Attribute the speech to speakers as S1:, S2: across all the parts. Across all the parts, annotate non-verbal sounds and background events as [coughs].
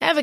S1: Ever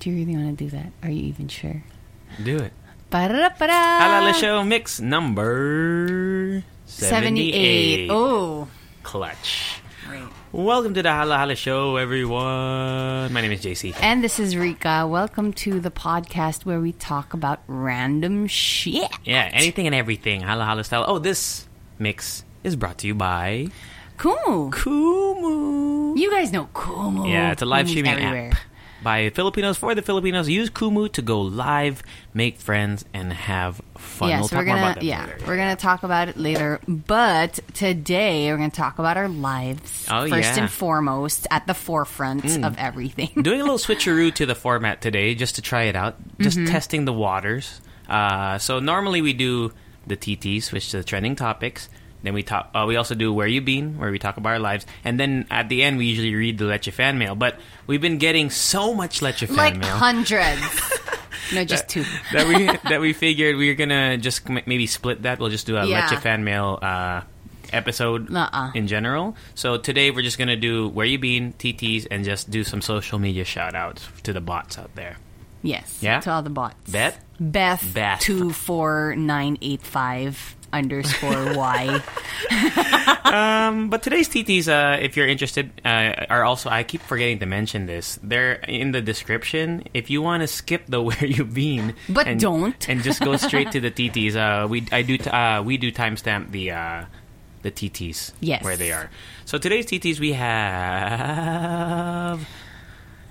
S2: Do you really want to do that? Are you even sure?
S3: Do it.
S2: Uh,
S3: Halala
S2: Ba-da-da-ba-da.
S3: Show mix number 78.
S2: Oh,
S3: Clutch.
S2: great.
S3: Welcome to the Hala Hala Show, everyone. My name is JC.
S2: And this is Rika. Welcome to the podcast where we talk about random shit.
S3: Yeah, anything and everything. Hala Hala style. Oh, this mix is brought to you by
S2: Kumu.
S3: Kumu.
S2: You guys know Kumu.
S3: Yeah, it's a live
S2: Kumu's
S3: streaming
S2: everywhere.
S3: app by Filipinos for the Filipinos. Use Kumu to go live, make friends, and have fun.
S2: Yeah,
S3: we'll
S2: so we're
S3: talk more
S2: gonna
S3: about that
S2: yeah,
S3: later.
S2: we're gonna talk about it later. But today we're gonna talk about our lives
S3: Oh,
S2: first
S3: yeah. Hmm.
S2: and foremost at the forefront of everything.
S3: doing a little switcheroo to the format today just to try it out, just
S2: Mm-hmm.
S3: testing the waters. Uh, so normally we do the TTs, which is the trending topics. Then we talk. Uh, we also do where you been, where we talk about our lives, and then at the end we usually read the Leche fan mail. But we've been getting so much Leche
S2: [laughs]
S3: fan
S2: like
S3: mail
S2: hundreds.
S3: [laughs]
S2: no, just two.
S3: that we
S2: [laughs]
S3: that we figured we were gonna just m- maybe split that. We'll just do a
S2: Yeah.
S3: Leche fan mail uh, episode
S2: Nuh-uh.
S3: in general. So today we're just gonna do where you been, TTs, and just do some social media shout outs to the bots out there.
S2: Yes.
S3: Yeah?
S2: To all the bots.
S3: Bet.
S2: Beth.
S3: Beth.
S2: Two four nine eight five underscore
S3: [laughs]
S2: Y.
S3: But today's TTs, uh, if you're interested, uh, are also I keep forgetting to mention this. They're in the description. If you want to skip the [laughs] where you've been,
S2: But
S3: and,
S2: don't.
S3: and just go straight
S2: [laughs]
S3: to the TTs. Uh, we I do t- uh, we do timestamp the uh, the TTs.
S2: Yes.
S3: where they are. So today's TTs we have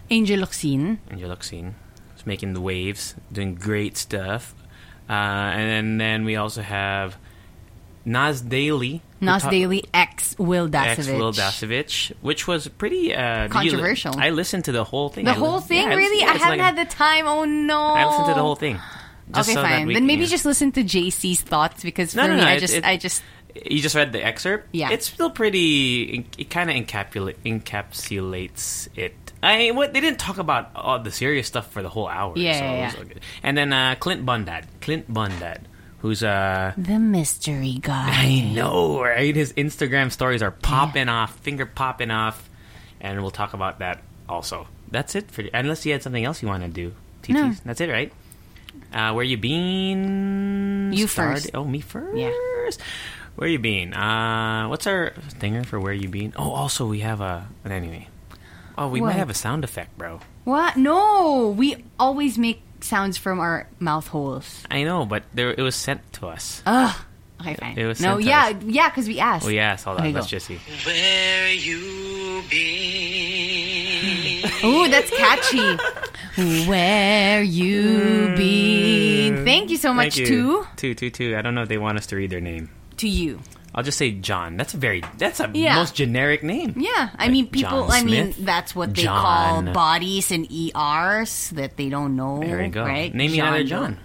S2: Angel Luxine.
S3: and you're looking, it's making the waves, doing great stuff. Uh, and then, then we also have Nas Daily. who
S2: Nas
S3: ta-
S2: Daily X Will Dasovich.
S3: ex Will Dasovich, which was pretty uh, did you li-
S2: Controversial.
S3: I listened to the whole thing.
S2: The
S3: I li-
S2: whole thing,
S3: yeah, listened-
S2: really?
S3: yeah,
S2: I
S3: it's
S2: haven't
S3: like-
S2: had the time. Oh no!
S3: I listened to the whole thing. Just
S2: okay,
S3: so that
S2: fine.
S3: we-
S2: then maybe
S3: yeah.
S2: just listen to JC's thoughts because for
S3: No, no,
S2: me,
S3: no,
S2: I
S3: it-
S2: just,
S3: it-
S2: I just,
S3: You just read the excerpt.
S2: Yeah.
S3: it's still pretty. It kind of encapsula- encapsulates it. I what they didn't talk about all the serious stuff for the whole hour.
S2: Yeah, yeah,
S3: so it was
S2: yeah.
S3: all good. And then uh, Clint Bundad, Clint Bundad, who's uh,
S2: the mystery
S3: [laughs]
S2: guy.
S3: I know, right? His Instagram stories are popping off, finger popping off, and we'll talk about that also. That's it for unless you had something else you want to do. TTs.
S2: No.
S3: That's it, right? Uh, where you been?
S2: You
S3: Started-
S2: first.
S3: Oh, me first. Where you been? Uh, what's our stinger for where you been? Oh, also we have a. But anyway, oh, we
S2: What?
S3: might have a sound effect, bro.
S2: What? No, we always make sounds from our mouth holes.
S3: I know, but there, it was sent to us.
S2: Oh. Okay, fine.
S3: it was
S2: no,
S3: sent to
S2: yeah,
S3: us.
S2: yeah, because we asked.
S3: oh yeah, hold
S2: Okay,
S3: on. Let's
S2: go.
S3: just see.
S4: Where you been?
S2: Ooh, that's catchy. [laughs] Where you been? Thank you so much
S3: Hmm. Thank you.
S2: to
S3: Two, two, two. I don't know if they want us to read their name.
S2: to you.
S3: I'll just say John. That's a very that's a
S2: Yeah.
S3: most generic name.
S2: Yeah, I mean people.
S3: John
S2: I mean
S3: Smith?
S2: that's what they
S3: John.
S2: call bodies and ERs that they don't know.
S3: There we go.
S2: Right?
S3: Name me another John.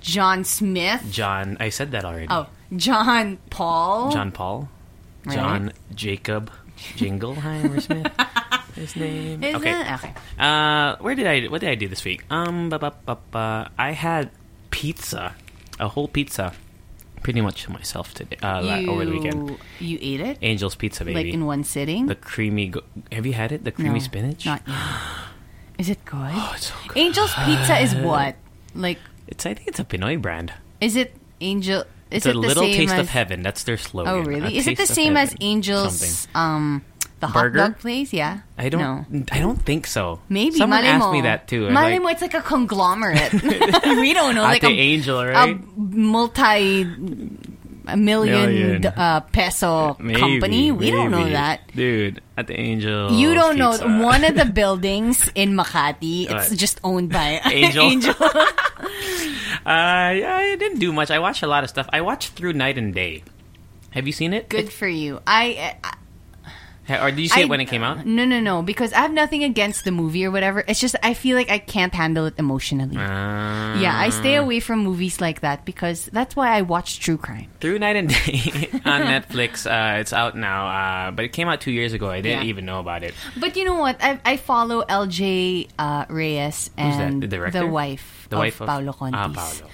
S2: John Smith.
S3: John. I said that already.
S2: Oh, John Paul.
S3: John Paul.
S2: Right.
S3: John Jacob
S2: [laughs]
S3: Jingleheimer Smith. His name.
S2: Is
S3: okay.
S2: it? Okay.
S3: Uh, where did I? What did I do this week? Um, ba, ba, ba, ba. I had pizza, a whole pizza, pretty much to myself today uh, la- over the weekend.
S2: You ate it
S3: Angel's Pizza, baby.
S2: like in one sitting.
S3: the creamy. Go- Have you had it? The creamy
S2: No,
S3: spinach. Oh,
S2: Not
S3: [gasps]
S2: yet. Is it good?
S3: it's so good.
S2: Angel's Pizza is what? Like,
S3: It's. I think it's a Pinoy brand.
S2: is it Angel? Is
S3: It's a
S2: it the
S3: little
S2: same
S3: taste
S2: as?
S3: of heaven. That's their slogan.
S2: Oh,
S3: A
S2: really? Is it the
S3: taste of
S2: same as
S3: heaven.
S2: Angel's?
S3: Something.
S2: Um, the
S3: Burger?
S2: hot dog place. Yeah.
S3: I
S2: know.
S3: don't. I don't think so.
S2: Maybe
S3: someone
S2: malay
S3: asked
S2: mo.
S3: me that too. and,
S2: Malay
S3: like,
S2: mo, it's like a
S3: [laughs]
S2: conglomerate. [laughs] we don't know, like a,
S3: Ate Angel,
S2: a
S3: right?
S2: multi a million,
S3: Million.
S2: d- uh, peso
S3: Maybe,
S2: company. We don't know
S3: maybe.
S2: that.
S3: dude. At the Angel,
S2: You don't
S3: Pizza.
S2: know one
S3: [laughs]
S2: of the buildings in Makati. It's
S3: What?
S2: just owned by [laughs]
S3: [laughs] Angel. Uh, I I didn't do much. I watched a lot of stuff. I watched through night and day. Have you seen it?
S2: Good for you. I, I
S3: Or did you see
S2: I-
S3: it when it came out?
S2: No, no, no. Because I have nothing against the movie or whatever. It's just I feel like I can't handle it emotionally.
S3: Uh,
S2: yeah, I stay away from movies like that because that's why I watch true crime.
S3: Through Night and Day [laughs] on Netflix. Uh, it's out now, uh, but it came out two years ago. I didn't
S2: Yeah.
S3: even know about it.
S2: But you know what? I, I follow LJ uh, Reyes
S3: that?
S2: and
S3: The director?
S2: wife,
S3: The
S2: of
S3: wife of
S2: Paolo Contis.
S3: Ah, Paolo.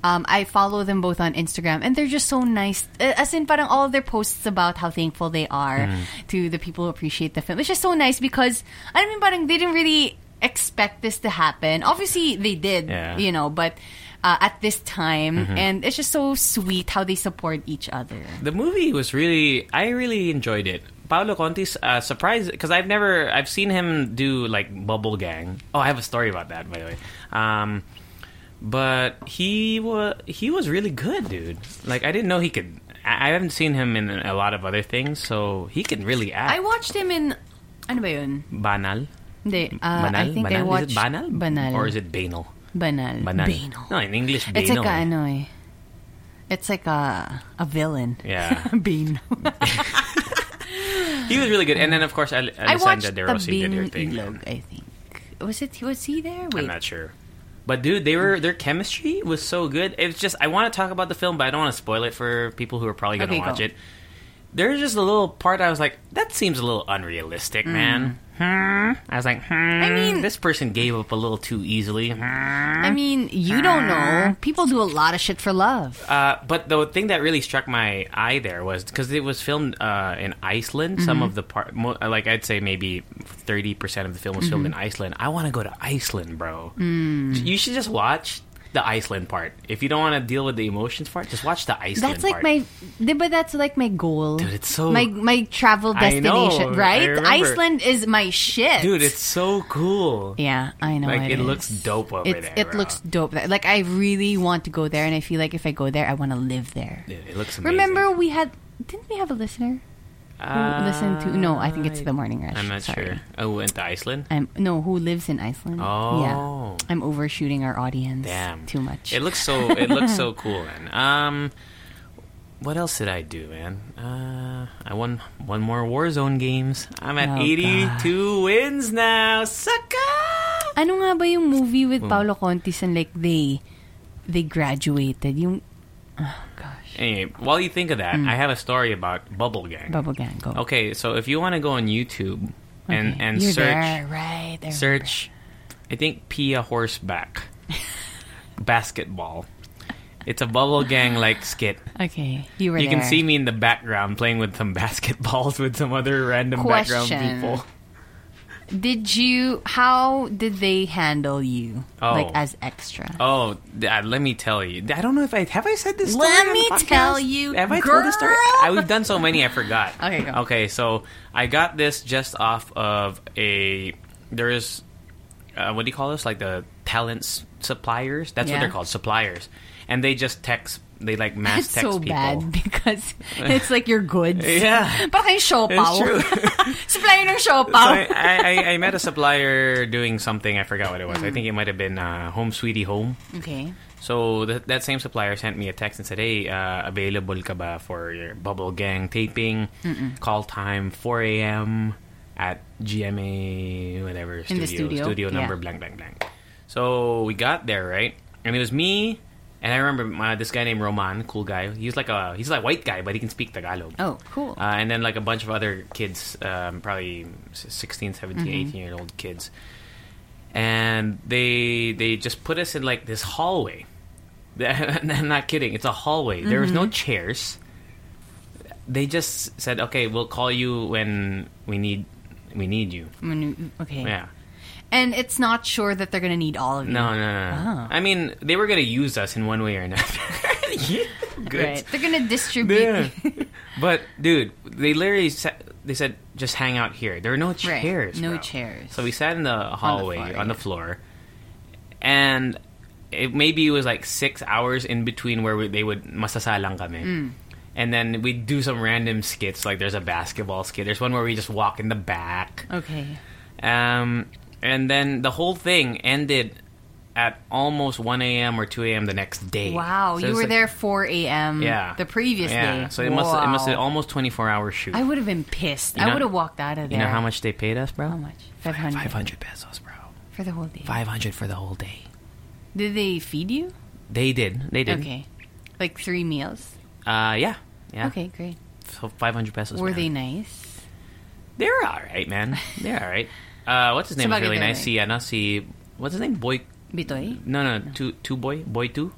S2: Um, I follow them both on Instagram, and they're just so nice. Uh, As in, parang all their posts about how thankful they are
S3: Mm.
S2: to the people who appreciate the film. It's just so nice because I mean, parang they didn't really expect this to happen. Obviously, they did,
S3: Yeah. Mm-hmm.
S2: you know, but. Uh, at this time, and it's just so sweet how they support each other.
S3: The movie was really, I really enjoyed it. Paolo Conti's uh, surprised because I've never, I've seen him do like Bubble Gang. Oh, I have a story about that, by the way. Um, but he was he was really good, dude. Like I didn't know he could. I, I haven't seen him in a lot of other things, so he can really act.
S2: I watched him in ano ba yun?
S3: banal.
S2: Hindi, uh,
S3: banal.
S2: I think
S3: banal.
S2: I watched
S3: is it banal?
S2: banal
S3: or is it banal?
S2: banal
S3: Banal.
S2: Banal.
S3: No, in English, banal.
S2: It's like a ano eh. It's like a a villain. [laughs]
S3: Yeah.
S2: Bean.
S3: he was really good, and then of course, Al-
S2: I watched
S3: Alessandra De
S2: the
S3: Rossi did her
S2: Bean
S3: thing.
S2: Ilog, I think. Was it was he there? Wait.
S3: I'm not sure. But dude, they were their chemistry was so good. It was just I want to talk about the film, but I don't want to spoil it for people who are probably going to
S2: Okay, go.
S3: watch it. There's just a little part I was like, that seems a little unrealistic, man. Hmm. I was like, hmm. I
S2: Mm. mean-
S3: this person gave up a little too easily. Hmm.
S2: I mean, you don't
S3: Ah.
S2: know. People do a lot of shit for love.
S3: Uh, but the thing that really struck my eye there was because it was filmed uh, in Iceland.
S2: Mm-hmm.
S3: Some of the part, mo- like I'd say maybe thirty percent of the film was filmed
S2: Mm-hmm.
S3: in Iceland. I want to go to Iceland, bro.
S2: Mm.
S3: You should just watch the Iceland part. If you don't want to deal with the emotions part, just watch the Iceland.
S2: that's like
S3: part.
S2: my, di ba that's like my goal.
S3: Dude, it's so-
S2: my my travel
S3: I know,
S2: destination,
S3: I
S2: right?
S3: remember.
S2: Iceland is my shit,
S3: dude. It's so cool.
S2: yeah, I know.
S3: like it,
S2: is.
S3: looks dope over
S2: It's,
S3: there.
S2: it
S3: bro.
S2: looks dope. there. Like I really want to go there, and I feel like if I go there, I want to live there.
S3: Dude, it looks. Amazing.
S2: Remember, we had didn't we have a listener who listened to? No, I think it's the Morning Rush.
S3: Uh, I'm not
S2: Sorry.
S3: sure. Oh, went to Iceland.
S2: I'm no who lives in Iceland.
S3: Oh.
S2: yeah. I'm overshooting our audience.
S3: Damn,
S2: too much.
S3: It looks so. It looks so cool, man. Um, what else did I do, man? Uh, I won one more Warzone games. I'm at
S2: Oh,
S3: 82 wins now, sucker.
S2: ano nga ba yung movie with Paolo Contis and like they they graduated yung oh gosh
S3: Anyway, while you think of that,
S2: Hmm.
S3: I have a story about Bubble Gang.
S2: Bubble Gang go
S3: Okay, so if you want to go on YouTube and
S2: Okay.
S3: and
S2: You're
S3: search
S2: there, right there.
S3: search, I think Pia
S2: [laughs]
S3: horseback basketball. It's a Bubble Gang like skit.
S2: okay you were
S3: You can
S2: there.
S3: see me in the background playing with some [laughs] basketballs with some other random
S2: Question.
S3: background people.
S2: did you how did they handle you
S3: Oh.
S2: like as extra
S3: Oh, th- uh, let me tell you. I don't know if I have I said this. Story
S2: Let
S3: on the
S2: me
S3: podcast?
S2: tell you,
S3: Have I told this story?
S2: girl.
S3: I, we've done so many, I forgot.
S2: [laughs] Okay, go.
S3: Okay, so I got this just off of a. There is, uh, what do you call this? Like the talent s- suppliers. That's
S2: Yeah.
S3: what they're called, suppliers. And they just text. They like mass
S2: That's
S3: text
S2: so
S3: people.
S2: bad [laughs] because it's like your goods.
S3: [laughs] Yeah.
S2: Parang yung siopaw.
S3: true.
S2: [laughs] Supply ng siopaw.
S3: So
S2: [laughs]
S3: I, I, I- I met a supplier doing something. I forgot what it was. I think it might have been uh, Home Sweetie Home.
S2: okay.
S3: So th- that same supplier sent me a text and said, "Hey, uh, available ka ba for your Bubble Gang taping? Call time 4 a.m. at GMA whatever
S2: In the studio?
S3: number
S2: Yeah.
S3: blank blank blank." So we got there right, and it was me. And I remember uh, this guy named Roman, cool guy. He's like a he's like a white guy, but he can speak Tagalog.
S2: Oh, cool.
S3: Uh, and then like a bunch of other kids, um, probably s- 16, 17, 18 year old kids. And they they just put us in like this hallway. [laughs] I'm not kidding. It's a hallway. There was no chairs. They just said, "Okay, we'll call you when we need we need you."
S2: Mm-hmm. Manu- okay.
S3: Yeah.
S2: And it's not sure that they're going to need all of you.
S3: No, no, no. no. I mean, they were gonna use us in one way or another. [laughs] Good.
S2: Right. They're going to distribute.
S3: Yeah. [laughs] but dude, they literally sa- they said just hang out here. There are no chairs.
S2: No
S3: bro.
S2: chairs.
S3: So we sat in the hallway on the
S2: floor,
S3: floor,
S2: yeah.
S3: and it maybe it was like six hours in between where we, they would masasalang kami.
S2: Mm.
S3: And then we do some random skits, like there's a basketball skit. There's one where we just walk in the back.
S2: [laughs] Okay.
S3: Um, and then the whole thing ended. at almost 1 a.m. or 2 a.m. the next day.
S2: Wow, you
S3: So it's
S2: were there
S3: like-
S2: 4 a.m.
S3: Yeah.
S2: Mm. the previous
S3: yeah.
S2: day.
S3: So it must it must
S2: Wow.
S3: have almost 24 hour shoot.
S2: I would have been pissed. I
S3: You know-
S2: would have walked out of
S3: you
S2: there.
S3: know how much they paid us, bro?
S2: How much? 500.
S3: 500 pesos, bro.
S2: For the whole day.
S3: 500 for the whole day.
S2: Did they feed you?
S3: They did. They did.
S2: Okay. Like three meals?
S3: Uh, yeah. Yeah.
S2: Okay, great.
S3: So 500 pesos.
S2: Were
S3: man.
S2: they nice?
S3: They're all right, man.
S2: [laughs]
S3: They're all right. Uh, what's his name? Was
S2: Sabagay
S3: really
S2: they're
S3: nice. Si, ano, si, what's his name? Boy.
S2: Bitoy?
S3: No, no, no. two, two boy, boy two,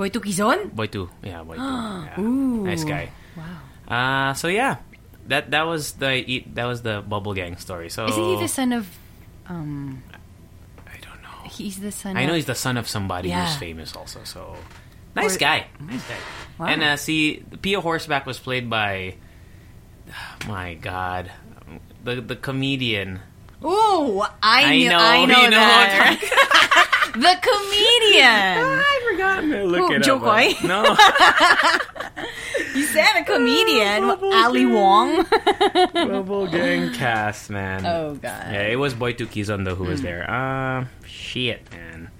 S2: Boy Tukizon?
S3: boy two. Yeah, boy two.
S2: [gasps]
S3: Yeah.
S2: Ooh.
S3: Nice guy.
S2: Wow.
S3: Uh, so yeah, that that was the eat- that was the bubble gang story. So
S2: Isn't he the son of. Um,
S3: I don't know.
S2: he's the son
S3: I know
S2: of.
S3: he's the son of somebody who's
S2: Yeah.
S3: famous also. So nice
S2: Or-
S3: guy, nice guy.
S2: Wow.
S3: And uh, see, Pia Horseback was played by [sighs] my God, the the comedian.
S2: Ooh, I, knew,
S3: know,
S2: I know
S3: you know
S2: that. [laughs] the
S3: [laughs]
S2: comedian.
S3: Ah, I forgot. to look
S2: Who,
S3: it
S2: Joe
S3: up.
S2: Coy? [laughs]
S3: No,
S2: you said a comedian.
S3: Oh,
S2: Ali Wong.
S3: Bubble Gang cast, man.
S2: Oh, Hmm. God. [laughs]
S3: Yeah, it was Boy Tukizon though who was there. Um, shit, man.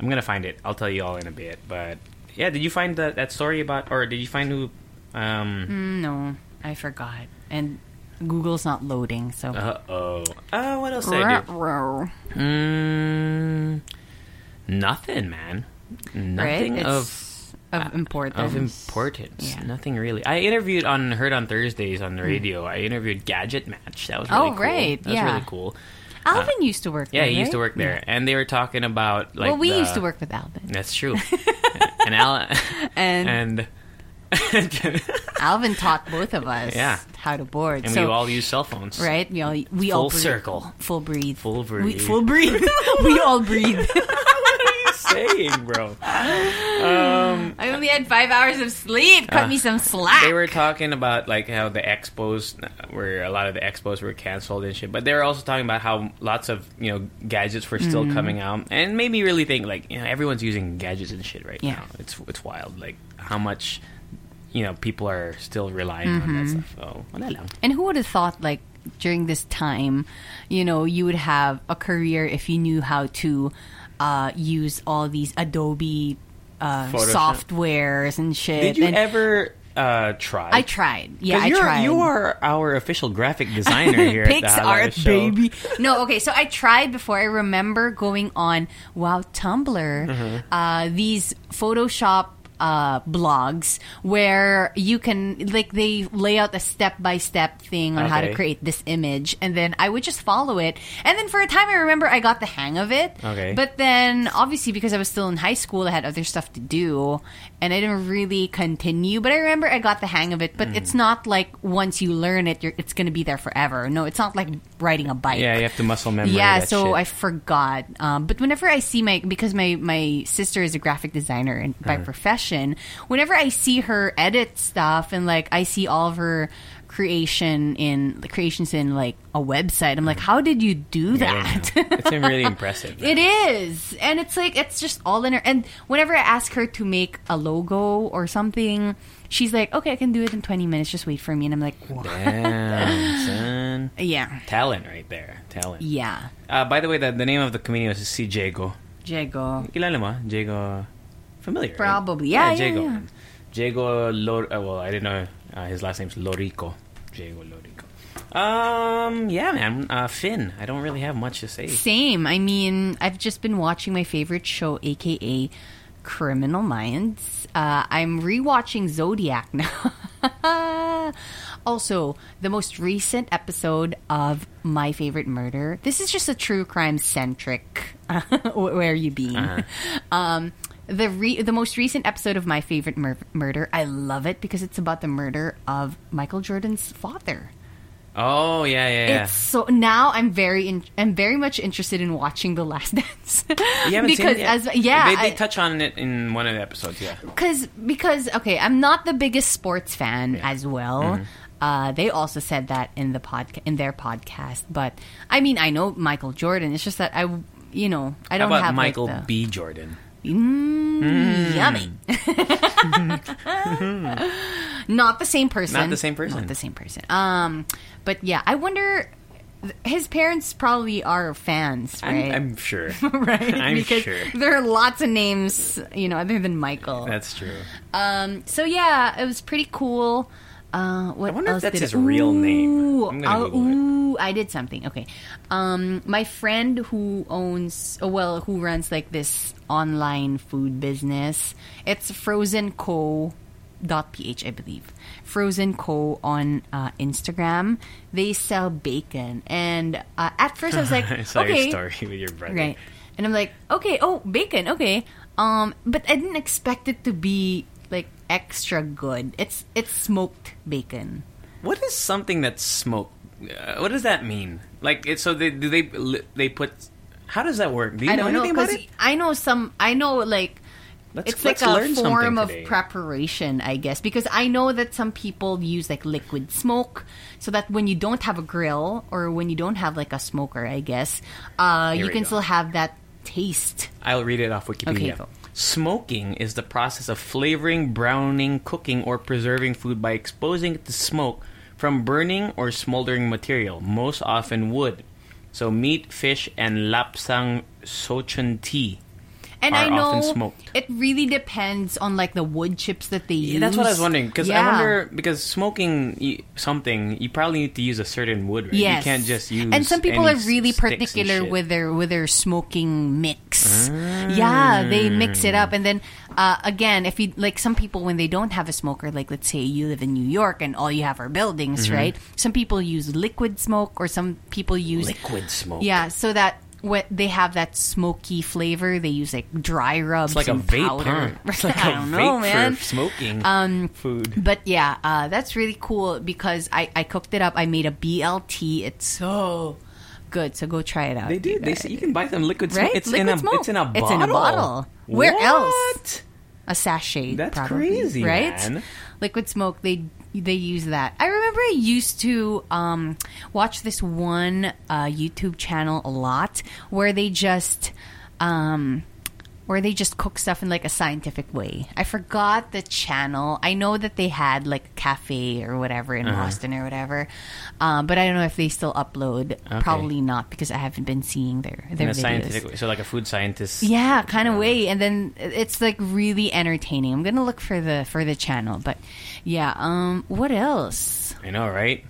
S3: I'm gonna find it. I'll tell you all in a bit. But yeah, did you find that that story about, or did you find who?
S2: Hmm.
S3: Um,
S2: No, I forgot. And Google's not loading, so.
S3: uh oh. Uh, what else did I do?
S2: Ruh-roh.
S3: Mm, nothing, man. Nothing
S2: Right?
S3: of
S2: It's of importance.
S3: of importance.
S2: Yeah. Hmm.
S3: Nothing really. I interviewed on Heard on Thursdays on the radio. I interviewed Gadget Match. That was really
S2: Oh,
S3: cool.
S2: right,
S3: That was
S2: yeah.
S3: really cool.
S2: Alvin used to work
S3: uh, Yeah,
S2: there.
S3: he used to
S2: right?
S3: work there, and they were talking about like.
S2: well, we
S3: the-
S2: used to work with Alvin.
S3: That's
S2: [laughs]
S3: true. and Al
S2: And,
S3: and [laughs]
S2: Alvin taught both of us
S3: Yeah.
S2: how to board.
S3: and
S2: so,
S3: we all use cell phones,
S2: right? We all we
S3: Full
S2: all breathe.
S3: circle.
S2: Full breathe.
S3: Full
S2: We,
S3: breathe.
S2: full
S3: [laughs]
S2: breathe. [laughs] we all breathe.
S3: Saying, bro.
S2: I only had five hours of sleep. Cut me some slack.
S3: Uh, They were talking about like how the expos were a lot of the expos were canceled and shit, but they were also talking about how lots of you know gadgets were
S2: Mm-hmm.
S3: still coming out, and it made me really think like you know everyone's using gadgets and shit right
S2: Yeah.
S3: now. It's it's wild like how much you know people are still relying on
S2: Mm-hmm.
S3: that stuff. Oh, So wala lang.
S2: And who would have thought, like, during this time, you know, you would have a career if you knew how to uh, use all these Adobe uh,
S3: Photoshop.
S2: softwares and shit.
S3: Did you
S2: and
S3: ever uh, try?
S2: I tried. Yeah, I
S3: you're,
S2: tried.
S3: You are our official graphic
S2: [laughs]
S3: designer here at the
S2: Pixar,
S3: Halal Show.
S2: baby. No, okay. So I tried before. I remember going on Wow Tumblr,
S3: Mm-hmm.
S2: uh, these Photoshop uh, blogs where you can like they lay out a step by step thing on how to
S3: Okay.
S2: create this image, and then I would just follow it. And then for a time, I remember I got the hang of it.
S3: Okay.
S2: but then obviously because I was still in high school, I had other stuff to do, and I didn't really continue. But I remember I got the hang of it. But it's
S3: Mm-hmm.
S2: not like once you learn it, you're, it's going to be there forever. No, it's not like riding a bike.
S3: Yeah, you have to muscle memory.
S2: Yeah,
S3: that
S2: so I
S3: shit.
S2: forgot. Um, but whenever I see my, because my my sister is a graphic designer and by
S3: Uh-huh.
S2: profession, whenever I see her edit stuff and like I see all of her creation in the creations in like a website, I'm like,
S3: Mm.
S2: how did you do
S3: I don't
S2: that? [laughs]
S3: know. it's been really impressive.
S2: It is. And it's like it's just all in her and whenever I ask her to make a logo or something, she's like, Okay, I can do it in twenty minutes, just wait for me and I'm like, "What?"
S3: Damn, son.
S2: Yeah.
S3: Talent right there. Talent.
S2: Yeah.
S3: Uh, by the way, the, the name of the comedian was C. Jago.
S2: Jago.
S3: Kilala mo? Jago. Familiar. right?
S2: Probably. Yeah, yeah,
S3: Jago.
S2: yeah.
S3: Jago Lor. Uh, well, I didn't know. Uh, his last name's Lorico. Jago Lorico. Um, yeah, man. Uh, Finn. I don't really have much to say.
S2: Same. I mean, I've just been watching my favorite show, aka Criminal Minds. Uh, I'm rewatching Zodiac [laughs] now. also, the most recent episode of My Favorite Murder. This is just a true crime centric. [laughs] Where are you being? Um, the re- the most recent episode of My Favorite Mur- Murder. I love it because it's about the murder of Michael Jordan's father.
S3: Oh, yeah, yeah, yeah.
S2: It's so now I'm very in, I'm very much interested in watching The Last [laughs] Dance.
S3: You haven't
S2: because
S3: seen it yet?
S2: as yeah,
S3: they, they
S2: I-
S3: touch on it in one of the episodes. Yeah,
S2: because because okay, I'm not the biggest sports fan as well.
S3: Mm-hmm.
S2: Uh, they also said that in the podcast in their podcast, but I mean, I know Michael Jordan. It's just that I, you know, I
S3: how
S2: don't
S3: about
S2: have
S3: Michael
S2: like, the,
S3: B. Jordan?
S2: Mm, Yummy. not the same person.
S3: Mm.
S2: [laughs]
S3: Not the same person.
S2: Not the same person. Um, but yeah, I wonder his parents probably are fans, right?
S3: I'm, [laughs] I'm sure.
S2: [laughs] right?
S3: I'm
S2: because
S3: sure. Uh,
S2: there are lots of names, you know, other than Michael. [laughs]
S3: That's true.
S2: Um, so yeah, it was pretty cool. Uh, what
S3: I wonder if
S2: else
S3: that's
S2: did
S3: his
S2: I-
S3: real name.
S2: Ooh,
S3: I'm gonna
S2: oh,
S3: Google it.
S2: ooh, I did something. Okay, um, my friend who owns, oh, well, who runs like this online food business. It's Frozen Co. Dot ph I believe Frozen Co on uh, Instagram. They sell bacon, and uh, at first I was
S3: [laughs]
S2: like,
S3: I saw
S2: okay,
S3: your story with your brother.
S2: Right. And I'm like, okay, oh, bacon, okay. Um, but I didn't expect it to be like extra good. It's it's smoked bacon.
S3: What is something that's smoked? Uh, what does that mean? Like, it, so they do they li- they put? How does that work? Do you
S2: I
S3: know
S2: don't know
S3: anything about
S2: because
S3: it?
S2: I know some. I know like
S3: Let's,
S2: it's like
S3: let's
S2: a
S3: learn something
S2: form of
S3: today.
S2: preparation, I guess, because I know that some people use like liquid smoke, so that when you don't have a grill or when you don't have like a smoker, I guess, uh,
S3: Here
S2: you
S3: we
S2: can
S3: go.
S2: still have that taste.
S3: I'll read it off
S2: Okay,
S3: Wikipedia.
S2: go.
S3: Smoking is the process of flavoring, browning, cooking, or preserving food by exposing it to smoke from burning or smoldering material, most often wood. So meat, fish, and lapsang sochun tea.
S2: and I
S3: are
S2: know
S3: often smoked.
S2: it really depends on like the wood chips that they
S3: Yeah,
S2: use.
S3: that's what I was wondering because I
S2: Yeah.
S3: wonder because smoking y- something you probably need to use a certain wood. Right?
S2: Yes.
S3: you can't just use.
S2: And some people
S3: any
S2: are really
S3: sticks and
S2: particular
S3: shit. Ah.
S2: with their with their smoking mix. Yeah, they mix it up, and then uh, again, if you like, some people when they don't have a smoker, like let's say you live in New York and all you have are buildings,
S3: Mm-hmm.
S2: right? Some people use liquid smoke, or some people use
S3: liquid smoke.
S2: yeah, so that. What they have that smoky flavor. They use like dry rubs.
S3: it's like a
S2: and
S3: vape.
S2: [laughs]
S3: Huh?
S2: powder.
S3: [laughs] It's like
S2: I
S3: a
S2: don't
S3: vape
S2: know,
S3: for
S2: man.
S3: smoking um, food.
S2: But yeah, uh, that's really cool because I, I cooked it up. I made a BLT. It's so good. So go try it out.
S3: They do.
S2: you
S3: They
S2: guys.
S3: say you can buy them liquid smoke.
S2: Right?
S3: It's
S2: Liquid
S3: in a
S2: smoke.
S3: it's in a bottle.
S2: It's in a bottle. Where else?
S3: What?
S2: a sachet.
S3: That's
S2: probably,
S3: crazy,
S2: right?
S3: man.
S2: Liquid smoke. They they use that. I remember I used to um, watch this one uh, YouTube channel a lot where they just. Um, where they just cook stuff in like a scientific way. I forgot the channel. I know that they had like a cafe or whatever in
S3: Uh-huh.
S2: Boston or whatever, um, but I don't know if they still upload. Probably not because I haven't been seeing their their
S3: In a
S2: videos.
S3: scientific way. So like a food scientist.
S2: Yeah, kind of way, and then it's like really entertaining. I'm gonna look for the for the channel, but yeah. Um, what else?
S3: I know, right?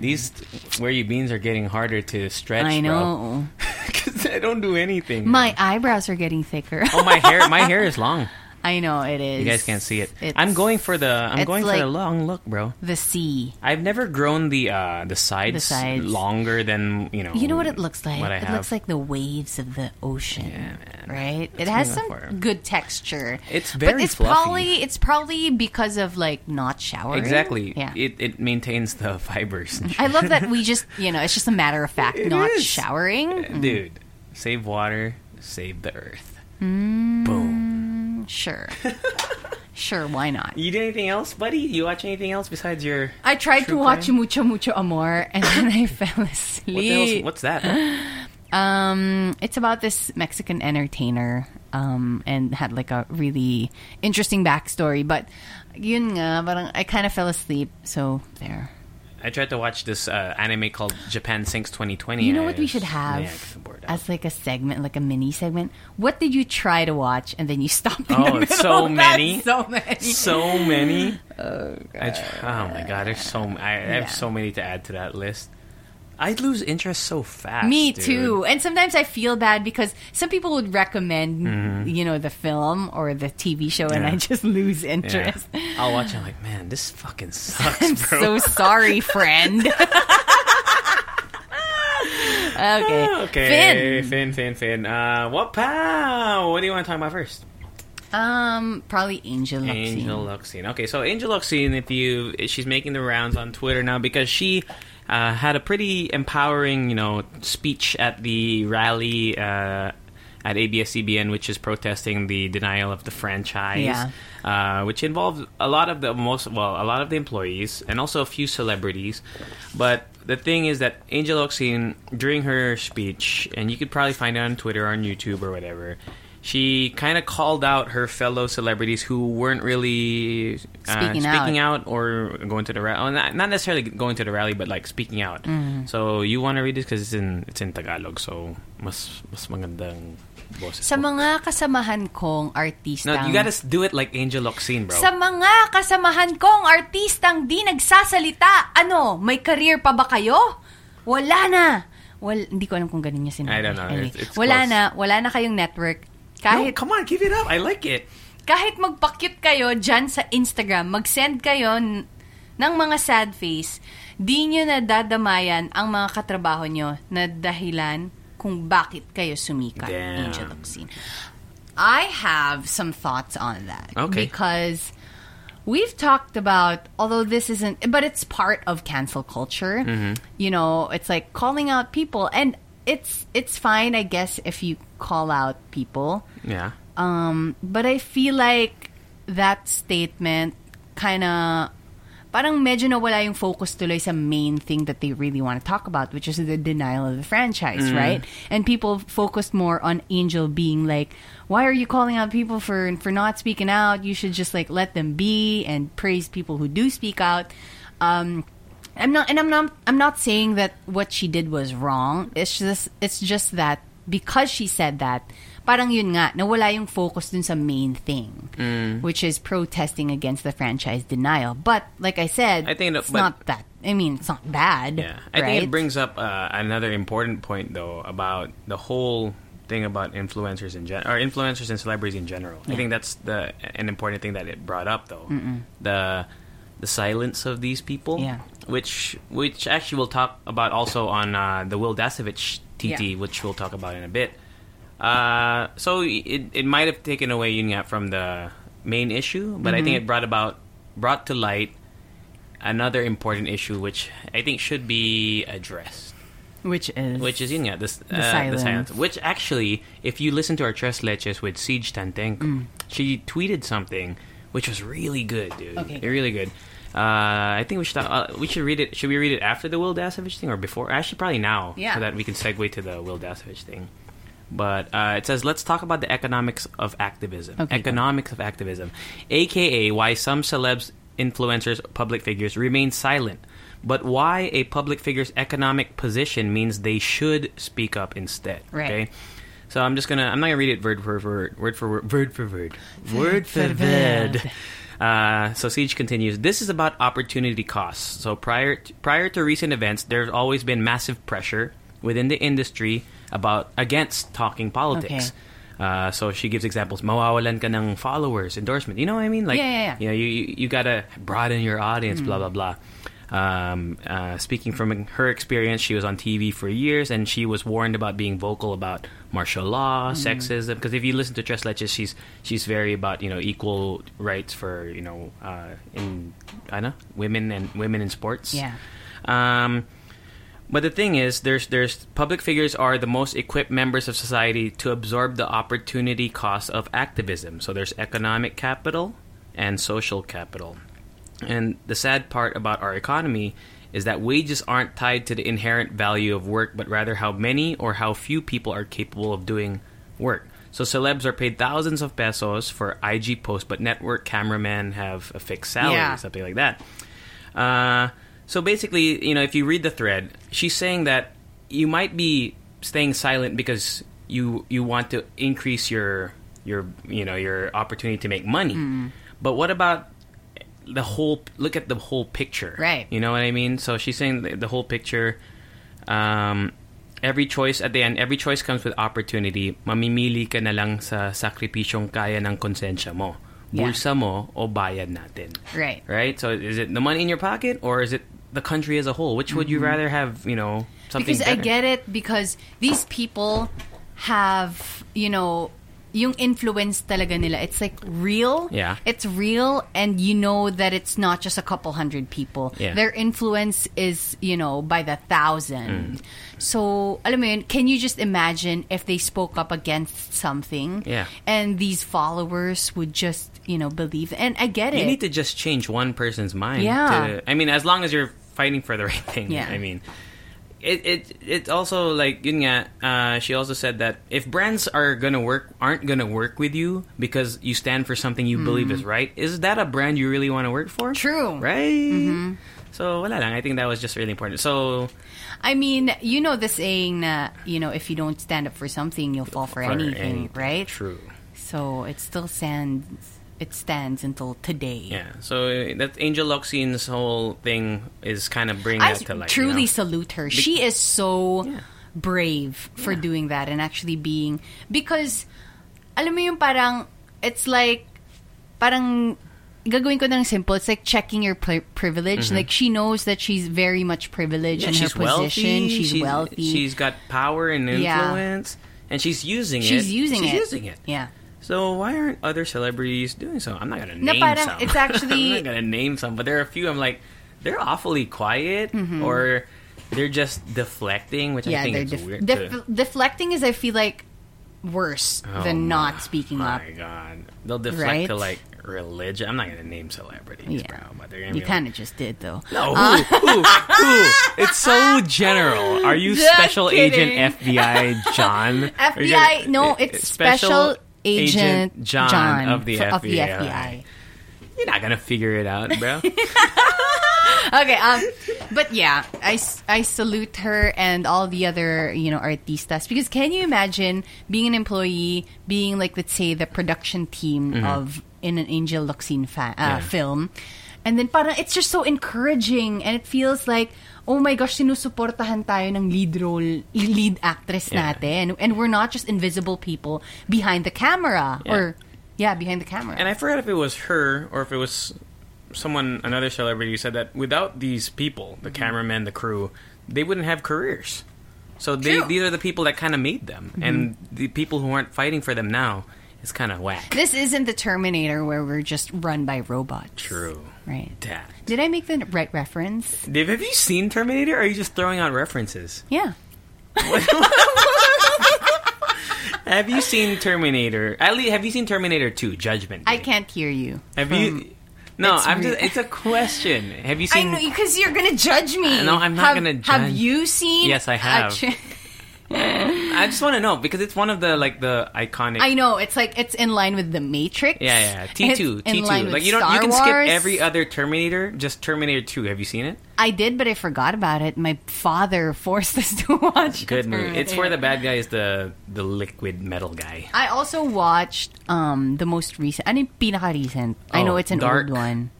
S3: These where you beans are getting harder to stretch.
S2: Hmm. I
S3: [laughs]
S2: know
S3: because I don't do anything.
S2: my eyebrows are getting thicker.
S3: oh my hair, my hair is long.
S2: [laughs] I know it is.
S3: You guys can't see it.
S2: It's
S3: I'm going for the I'm
S2: it's
S3: going for the
S2: like-
S3: long look, bro.
S2: the sea.
S3: I've never grown the uh, the sides,
S2: sides.
S3: longer than you know.
S2: You know what it looks like?
S3: What I
S2: it
S3: have.
S2: looks like the waves of the ocean, right? it
S3: That's
S2: has
S3: what
S2: some
S3: I'm going for.
S2: good texture.
S3: It's
S2: but
S3: very
S2: it's
S3: fluffy.
S2: probably it's probably because of like not showering.
S3: exactly.
S2: Yeah.
S3: It it maintains the [laughs] fibers. and
S2: I love that we
S3: [laughs]
S2: just you know it's just a matter of fact
S3: It
S2: not
S3: is.
S2: showering.
S3: shit. dude. Save water, save the earth.
S2: Mm.
S3: Boom.
S2: Sure.
S3: [laughs]
S2: sure, why not?
S3: You do anything else, buddy? You watch anything else besides your?
S2: I tried
S3: True
S2: to watch
S3: crime?
S2: Mucho Mucho Amor and then [laughs] I fell
S3: What the hell's-
S2: asleep.
S3: what's that? [gasps]
S2: um, it's about this Mexican entertainer um, and had like a really interesting backstory, but yun nga, parang I kind of fell asleep, so there.
S3: I tried to watch this uh, anime called Japan Sinks 2020.
S2: You know
S3: I
S2: what we
S3: was-
S2: should have
S3: Yeah, I got bored out.
S2: as like a segment, like a mini segment? What did you try to watch and then you [laughs] stopped in
S3: Oh,
S2: the middle?
S3: it's so
S2: That's
S3: many.
S2: so many.
S3: so
S2: [laughs]
S3: many. I tr- oh my god, there's so m- I, I have so many to add to that list. I lose interest so fast.
S2: Me
S3: dude.
S2: too. And sometimes I feel bad because some people would recommend, you know, the film or the TV show, and
S3: Mm-hmm. Yeah.
S2: I just lose
S3: Yeah.
S2: interest.
S3: I'll watch it. I'm like, man, this
S2: [laughs]
S3: fucking sucks,
S2: I'm so
S3: bro.
S2: sorry, friend. okay.
S3: [laughs] okay,
S2: Finn.
S3: Finn, Finn, Finn. Uh, what pow? What do you want to talk about first?
S2: Um, probably Angel Luxie.
S3: Angel Luxine. Okay, so Angel Luxine, if you, she's making the rounds on Twitter now because she uh, had a pretty empowering, you know, speech at the rally uh, at ABS-CBN, which is protesting the denial of the franchise.
S2: Yeah.
S3: Uh, which involved a lot of the most well, a lot of the employees and also a few celebrities. But the thing is that Angel Oxine, during her speech, and you could probably find it on Twitter, on YouTube, or whatever, she kind of called out her fellow celebrities who weren't really uh,
S2: Speaking out.
S3: speaking out. or going to the rally. Not, not necessarily going to the rally, but like speaking out.
S2: Mm.
S3: So you want to read this because it's in it's in Tagalog. So mas mas magandang boses
S2: Sa
S3: mo.
S2: mga kasamahan kong
S3: No,
S2: artistang...
S3: you gotta s- do it like Angel Locsin, bro.
S2: Sa mga kasamahan kong artistang di nagsasalita, ano, may career pa ba kayo? Wala na. Well, hindi ko alam kung ganun niya sinabi.
S3: I don't know.
S2: Anyway,
S3: It's- it's
S2: wala
S3: close.
S2: na. Wala na kayong network.
S3: no,
S2: Kahit,
S3: come on, give it up. I like it.
S2: kahit magpakyut kayo dyan sa Instagram, mag-send kayo n- ng mga sad face, di nyo nadadamayan ang mga katrabaho nyo na dahilan kung bakit kayo sumikat.
S3: Damn.
S2: Angel Locsin. I have some thoughts on that.
S3: Okay.
S2: Because we've talked about, although this isn't, but it's part of cancel culture.
S3: Mm-hmm.
S2: You know, it's like calling out people, and it's it's fine, I guess, if you call out people.
S3: Yeah.
S2: Um, but I feel like that statement kind of parang medyo nawala yung focus tuloy sa main thing that they really want to talk about, which is the denial of the franchise, right? And people focused more on Angel being like, why are you calling out people for for not speaking out? You should just like let them be and praise people who do speak out. Um, I'm not, and I'm not, I'm not saying that what she did was wrong. It's just, it's just that because she said that, parang yun nga, nawala yung focus dun sa main thing,
S3: Mm.
S2: which is protesting against the franchise denial. But like I said,
S3: I think that-
S2: it's
S3: but-
S2: not that. I mean, it's not bad.
S3: Yeah, I
S2: right?
S3: think it brings up uh, another important point though about the whole thing about influencers in gen- or influencers and celebrities in general. I think that's the an important thing that it brought up though the the silence of these people.
S2: Yeah.
S3: which which actually we'll talk about also on uh, the Will Dasovich TT,
S2: Yeah.
S3: which we'll talk about in a bit. Uh, so it it might have taken away yun nga from the main issue, but I think it brought about brought to light another important issue which I think should be addressed,
S2: which is
S3: which is yun nga, this, uh,
S2: silence.
S3: Which actually, if you listen to our Tres Leches with Siege Tantenko,
S2: Mm.
S3: she tweeted something which was really good, dude.
S2: Okay.
S3: Really good. Uh, I think we should uh, we should read it. Should we read it after the Will Dasovich thing or before? Actually, probably now,
S2: Yeah.
S3: so that we can segue to the Will Dasovich thing. But uh, it says, let's talk about the economics of activism.
S2: Okay, go.
S3: economics of activism, aka why some celebs, influencers, public figures remain silent, but why a public figure's economic position means they should speak up instead.
S2: Right.
S3: Okay. So I'm just gonna I'm not gonna read it word for word word for word word for word word for word. Uh, so Siege continues. This is about opportunity costs. So prior t- prior to recent events, there's always been massive pressure within the industry about against talking politics. Uh, so she gives examples. Mawawalan ka ng followers, endorsement. You know what I mean? Like,
S2: Yeah, yeah, yeah.
S3: you know, you you, you gotta broaden your audience. Blah blah blah. Um, uh, speaking from her experience, she was on TV for years, and she was warned about being vocal about martial law, sexism. Because if you listen to Tres Leches, she's she's very about you know equal rights for you know uh, in I know women and women in sports.
S2: Yeah.
S3: Um, but the thing is, there's there's public figures are the most equipped members of society to absorb the opportunity cost of activism. So there's economic capital and social capital. And the sad part about our economy is that wages aren't tied to the inherent value of work, but rather how many or how few people are capable of doing work. So celebs are paid thousands of pesos for IG posts, but network cameramen have a fixed salary,
S2: Yeah.
S3: something like that. Uh, so basically, you know, if you read the thread, she's saying that you might be staying silent because you you want to increase your your you know your opportunity to make money.
S2: Hmm.
S3: But what about the whole look at the whole picture?
S2: Right.
S3: You know what I mean? So she's saying the, the whole picture um, every choice at the end, every choice comes with opportunity. Mamimili ka na lang sa sakripisyong kaya ng konsensya mo.
S2: Yeah.
S3: Bulsa mo o bayad natin.
S2: [laughs] Right.
S3: Right? So is it the money in your pocket or is it the country as a whole? Which would you rather have, you know, something
S2: Mm-hmm. because I
S3: better?
S2: get it because these people have you know yung influence talaga nila it's like real
S3: Yeah.
S2: it's real and you know that it's not just a couple hundred people
S3: Yeah.
S2: their influence is you know by the
S3: Mm.
S2: thousand so alam mo yun, can you just imagine if they spoke up against something
S3: Yeah.
S2: and these followers would just you know believe and I get
S3: You
S2: it
S3: need to just change one person's mind.
S2: Yeah.
S3: [laughs] to- I mean, as long as you're fighting for the right thing.
S2: Yeah.
S3: I mean, it it it also like yun nga, uh, she also said that if brands are gonna work aren't gonna work with you because you stand for something you believe is right, is that a brand you really want to work for?
S2: Mm-hmm. True. Mm-hmm.
S3: right? So wala lang. I think that was just really important. So
S2: I mean, you know the saying that, you know, if you don't stand up for something, you'll fall for,
S3: for
S2: anything, right?
S3: True.
S2: So it still stands it stands until today.
S3: Yeah. So uh, that Angel Loxine's whole thing is kind of bringing
S2: I
S3: that to light. you
S2: truly
S3: know?
S2: salute her. She is so
S3: Yeah.
S2: brave for doing that and actually being because alam mo yung parang it's like parang gagawin ko ng simple. It's like checking your pri- privilege. Like she knows that she's very much privileged
S3: Mm-hmm. Yeah,
S2: in her
S3: she's
S2: position.
S3: wealthy.
S2: She's, wealthy.
S3: She's got power and
S2: Yeah.
S3: influence, and she's using it.
S2: She's using
S3: she's
S2: it.
S3: using it.
S2: Yeah.
S3: So why aren't other celebrities doing so? I'm not gonna
S2: Na
S3: name
S2: parang
S3: some.
S2: uh, it's actually-
S3: [laughs] I'm not gonna name some, but there are a few. I'm like, they're awfully quiet, or they're just deflecting, which I think
S2: Mm-hmm. they're
S3: is
S2: def-
S3: weird.
S2: def-
S3: to-
S2: deflecting is I feel like worse
S3: Oh
S2: than
S3: my-
S2: not speaking up.
S3: My God, they'll deflect
S2: Right?
S3: to like religion. I'm not gonna name celebrities,
S2: Yeah.
S3: bro, but they're gonna
S2: You
S3: be like,
S2: kind of just did though.
S3: No,
S2: Uh,
S3: who, who,
S2: [laughs]
S3: who? It's so general. Are you
S2: Just
S3: Special
S2: kidding.
S3: Agent
S2: [laughs]
S3: FBI John? Are
S2: FBI,
S3: you gonna- eh,
S2: no,
S3: i- i-
S2: it's Special Agent,
S3: John, of, the
S2: f-
S3: FBI. You're not gonna figure it out,
S2: [laughs]
S3: bro.
S2: Okay, um, but yeah, I, s- I salute her and all the other, you know, artistas. Because can you imagine being an employee, being like, let's say, the production team of in an Angel Luxine fa- uh,
S3: Mm-hmm. Yeah.
S2: film, and then parang it's just so encouraging and it feels like, oh my gosh, sinusuportahan tayo ng lead role, lead actress
S3: Yeah.
S2: natin. And we're not just invisible people behind the camera.
S3: Yeah.
S2: Or, yeah, behind the camera.
S3: and I forgot if it was her or if it was someone, another celebrity, who said that without these people,
S2: Mm-hmm.
S3: the cameramen, the crew, they wouldn't have careers. So they,
S2: True. Mm-hmm.
S3: these are the people that kind of made them, and the people who aren't fighting for them now is kind of whack.
S2: this isn't the Terminator where we're just run by robots.
S3: True.
S2: Right.
S3: That.
S2: Did I make the right reference?
S3: Dave, have you seen Terminator? Or are you just throwing out references?
S2: Yeah.
S3: Have you seen Terminator? At least, have you seen Terminator Two: Judgment? Day?
S2: I can't hear you.
S3: Have you? No,
S2: It's
S3: I'm
S2: re-
S3: just. It's a question. Have you
S2: I
S3: seen?
S2: know because you're gonna judge me.
S3: No, I'm not
S2: Have-
S3: gonna
S2: Have
S3: judge.
S2: you seen?
S3: Yes, I
S2: a
S3: have.
S2: chi-
S3: I just want to know because it's one of the like the iconic.
S2: I know it's like it's in line with the Matrix.
S3: yeah, yeah. T
S2: It's
S3: two,
S2: in
S3: T
S2: line
S3: two.
S2: with
S3: Like you don't,
S2: Star
S3: you can
S2: Wars.
S3: skip every other Terminator. Just Terminator Two. Have you seen it?
S2: I did, but I forgot about it. My father [laughs] forced us to watch.
S3: Good movie. It's where
S2: Terminator.
S3: the bad guy is the the liquid metal guy.
S2: I also watched um the most recent. I mean, pinaka recent. I
S3: Oh,
S2: know it's an
S3: Dark.
S2: old one.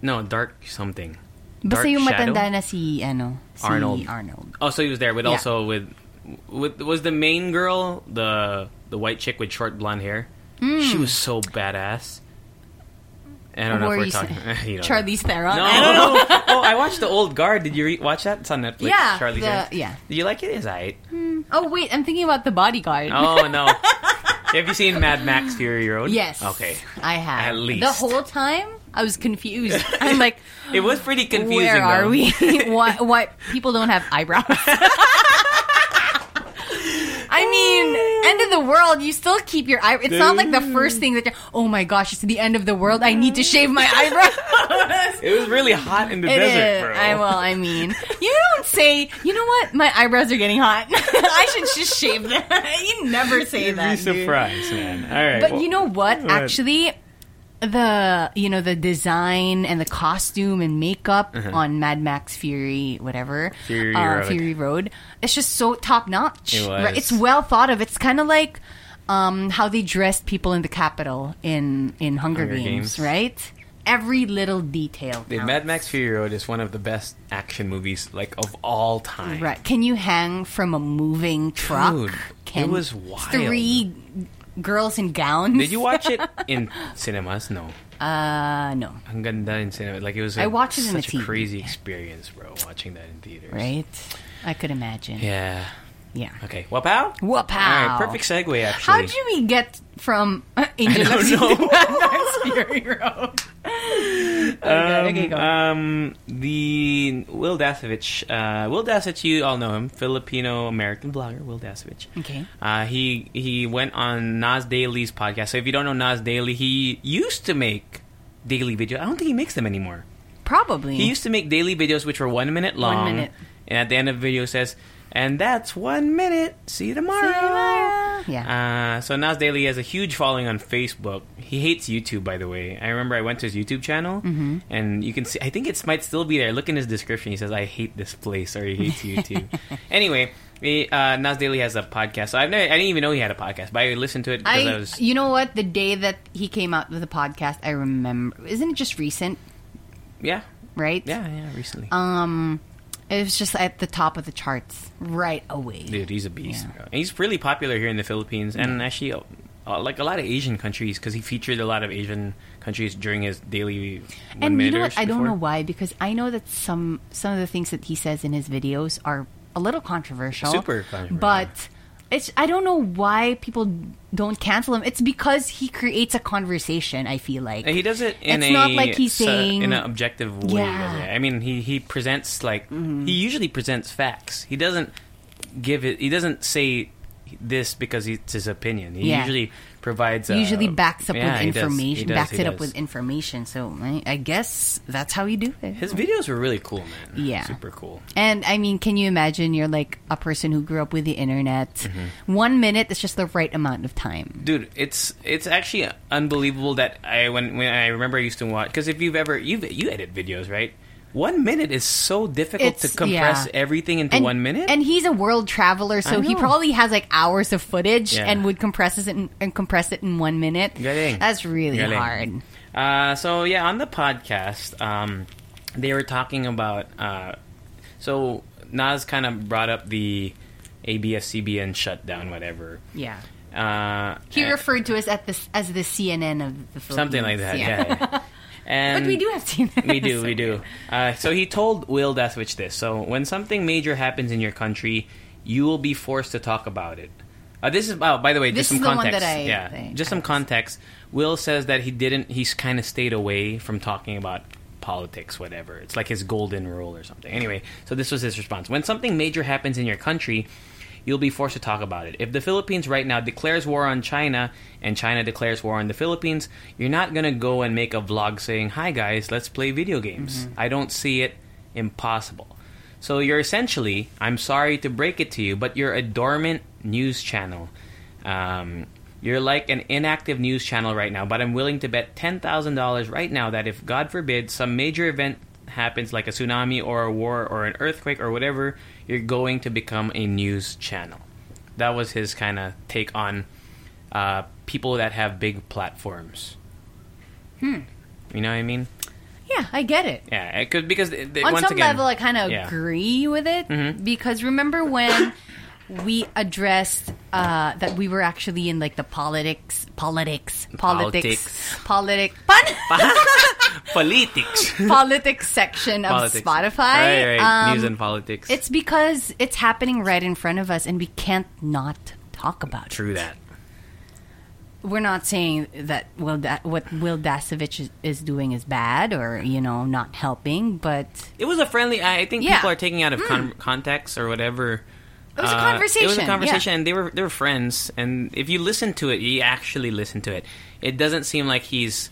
S3: No, dark something.
S2: Basta
S3: Dark
S2: yung
S3: Shadow?
S2: matanda na si ano si
S3: Arnold.
S2: Arnold.
S3: Oh, so he was there with
S2: Yeah.
S3: also with with was the main girl the the white chick with short blonde hair.
S2: Hmm.
S3: She was so badass. I don't know
S2: Were
S3: if we're
S2: you sa-
S3: talking. [laughs] you don't
S2: Charlize Theron.
S3: know. No,
S2: I don't know.
S3: [laughs] oh, I watched the Old Guard. Did you re- watch that? It's on Netflix.
S2: Yeah,
S3: Charlize
S2: the-
S3: Theron.
S2: yeah.
S3: Did you like it? Is I?
S2: Oh wait, I'm thinking about the Bodyguard.
S3: Oh
S2: [laughs]
S3: no. Have you seen Mad Max Fury Road?
S2: Yes.
S3: Okay.
S2: I have.
S3: At least.
S2: The whole time, I was
S3: [laughs]
S2: confused. I'm like,
S3: It was pretty confusing.
S2: where are
S3: though. [laughs]
S2: we? why, why people don't have eyebrows? I mean, end of the world. You still keep your eye. It's not like the first thing that. You're, oh my gosh! It's the end of the world. I need to shave
S3: [laughs]
S2: my eyebrows.
S3: It was really hot in the
S2: It
S3: desert,
S2: is.
S3: bro.
S2: I well, I mean, you don't say. You know what? My eyebrows are getting hot. [laughs] I should just shave them. [laughs] you never say
S3: You'd
S2: that.
S3: be
S2: dude.
S3: surprised, man. All right.
S2: But
S3: well-
S2: you know what?
S3: Go ahead.
S2: Actually, the you know the design and the costume and makeup on Mad Max Fury, whatever uh,
S3: Uh-huh. Fury Road.
S2: Fury Road, it's just so top notch.
S3: It was.
S2: It's well thought of. It's kind of like um, how they dressed people in the capital in in Hunger,
S3: Hunger
S2: Games,
S3: Games.
S2: right? Every little detail.
S3: The
S2: counts.
S3: Mad Max Fury Road is one of the best action movies like of all time.
S2: Right? Can you hang from a moving truck?
S3: Dude,
S2: Can
S3: it was wild.
S2: Three girls in gowns.
S3: Did you watch
S2: [laughs]
S3: it in cinemas? No.
S2: Uh, no.
S3: Ang ganda in cinema. Like it was.
S2: I
S3: a-
S2: watched it in the
S3: such
S2: TV.
S3: a crazy experience, bro. Watching that in theaters.
S2: Right? I could imagine.
S3: Yeah.
S2: Yeah.
S3: Okay. Well, pal.
S2: What
S3: All
S2: pow?
S3: right. Perfect segue. Actually.
S2: How did we get from uh,
S3: [laughs]
S2: Angel
S3: don't
S2: of
S3: know.
S2: [laughs] Fury Road?
S3: [laughs]
S2: okay, okay, go.
S3: Um, the Will Dasovich, uh, Will Dasovich, you all know him, Filipino American blogger, Will Dasovich.
S2: Okay.
S3: Uh, he he went on Nas Daily's podcast. So if you don't know Nas Daily, he used to make daily videos. I don't think he makes them anymore.
S2: Probably.
S3: He used to make daily videos which were one minute long.
S2: minute.
S3: And at the end of the video, it says, "And that's one minute. See you tomorrow."
S2: Yeah.
S3: Uh, so Nas Daily has a huge following on Facebook. He hates YouTube, by the way. I remember I went to his YouTube channel, and you can see. I think it might still be there. Look in his description. He says, "I hate this place," or he hates [laughs] YouTube. anyway, he, uh, Nas Daily has a podcast. So I've never, I didn't even know he had a podcast, but I listened to it because I,
S2: I,
S3: was.
S2: you know what? The day that he came out with the podcast, I remember. Isn't it just recent,
S3: Yeah,
S2: right?
S3: yeah, yeah. Recently,
S2: Um, it was just at the top of the charts right away.
S3: dude, he's a beast. bro. And he's really popular here in the Philippines, and actually. uh, Uh, like a lot of Asian countries, because he featured a lot of Asian countries during his daily.
S2: and you know
S3: one-minuters
S2: what? I don't
S3: before.
S2: know why because I know that some some of the things that he says in his videos are a little controversial.
S3: Super controversial.
S2: But it's I don't know why people don't cancel him. It's because he creates a conversation. I feel like
S3: And He does it in
S2: It's
S3: a
S2: not like he's
S3: uh,
S2: saying-
S3: in an objective way.
S2: Yeah. Mm-hmm.
S3: does it? I mean, he he presents like he usually presents facts. He doesn't give it. He doesn't say this because it's his opinion. He
S2: Yeah.
S3: usually provides. A,
S2: usually backs up
S3: Yeah,
S2: with
S3: he does.
S2: information,
S3: He does,
S2: backs it
S3: he
S2: up
S3: does.
S2: with information. So I, I guess that's how you do it.
S3: His videos were really cool, man.
S2: Yeah.
S3: super cool.
S2: And I mean, can you imagine? You're like a person who grew up with the internet.
S3: Mm-hmm.
S2: One minute is just the right amount of time.
S3: dude it's it's actually unbelievable that i when, when i remember i used to watch because if you've ever you've you edit videos right one minute is so difficult to
S2: It's-
S3: compress
S2: yeah.
S3: everything into
S2: And-
S3: one minute
S2: And he's a world traveler, so
S3: I
S2: he
S3: know.
S2: probably has like hours of footage
S3: Yeah.
S2: and would compress it in, and compress it in one minute.
S3: Galing.
S2: That's really
S3: Galing.
S2: hard.
S3: Uh, so yeah, on the podcast, um, they were talking about. Uh, so Nas kind of brought up the ABS-CBN shutdown, whatever.
S2: Yeah.
S3: Uh,
S2: He
S3: and-
S2: referred to us at this as the CNN of the Philippines.
S3: something like that. Yeah. yeah.
S2: [laughs]
S3: And
S2: But we do have CNN.
S3: [laughs] we do,
S2: so-
S3: we do. Uh, so he told Will Deathwitch this. So when something major happens in your country, you will be forced to talk about it. Uh, this is, oh, by the way,
S2: This
S3: just some
S2: is the one
S3: context.
S2: that I-
S3: yeah,
S2: I-
S3: just some
S2: I-
S3: context. Will says that he didn't. He's kind of stayed away from talking about politics, whatever. It's like his golden rule or something. Anyway, so this was his response. When something major happens in your country, you'll be forced to talk about it. If the Philippines right now declares war on China and China declares war on the Philippines, you're not going to go and make a vlog saying, "Hi guys, let's play video games."
S2: Mm-hmm.
S3: I don't see it impossible. So you're essentially, I'm sorry to break it to you, but you're a dormant news channel. Um, you're like an inactive news channel right now, but I'm willing to bet $10,000 right now that if, God forbid, some major event happens like a tsunami or a war or an earthquake or whatever, you're going to become a news channel. That was his kind of take on uh, people that have big platforms. Hmm. You know what I mean?
S2: Yeah, I get it.
S3: Yeah, it could because it- it-
S2: on
S3: once
S2: some
S3: again,
S2: level, I kind of
S3: yeah. Mm-hmm.
S2: agree with it because remember when we addressed uh, that we were actually in like the politics, politics, politics, politics, [laughs]
S3: Politics.
S2: politics section of
S3: Mm-hmm. politics.
S2: Spotify.
S3: Right, right. News
S2: um,
S3: and politics.
S2: it's because it's happening right in front of us, and we can't not talk about it.
S3: true that.
S2: We're not saying that Will da- what Will Dasovich is, is doing is bad or you know not helping, but
S3: It was a friendly. I I think
S2: Yeah. Hmm.
S3: people are taking out of con- context or whatever.
S2: It
S3: Uh,
S2: was a
S3: It was
S2: conversation,
S3: a
S2: yeah.
S3: conversation, and they were they were friends. And if you listen to it, you actually listen to it. It doesn't seem like he's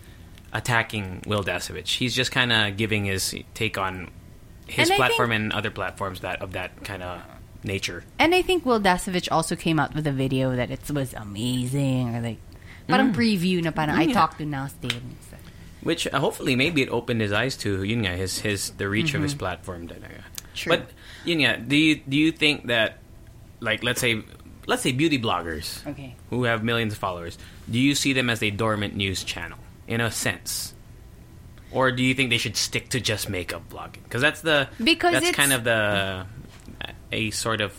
S3: attacking Will Dasovich. He's just kind of giving his take on his
S2: And I
S3: platform
S2: think-
S3: and other platforms that of that kind of nature.
S2: And I think Will Dasovich also came out with a video that it was amazing or like
S3: Mm.
S2: parang preview na parang I talked to Nas Daily. and stuff.
S3: Which uh, hopefully maybe it opened his eyes to yun nga, his his the reach of his platform. talaga.
S2: Mm-hmm. True.
S3: But yun nga, do you do you think that like let's say let's say beauty bloggers
S2: Okay.
S3: who have millions of followers, do you see them as a dormant news channel in a sense? Or do you think they should stick to just makeup blogging? Because that's the
S2: Because
S3: that's
S2: it's-
S3: kind of the a sort of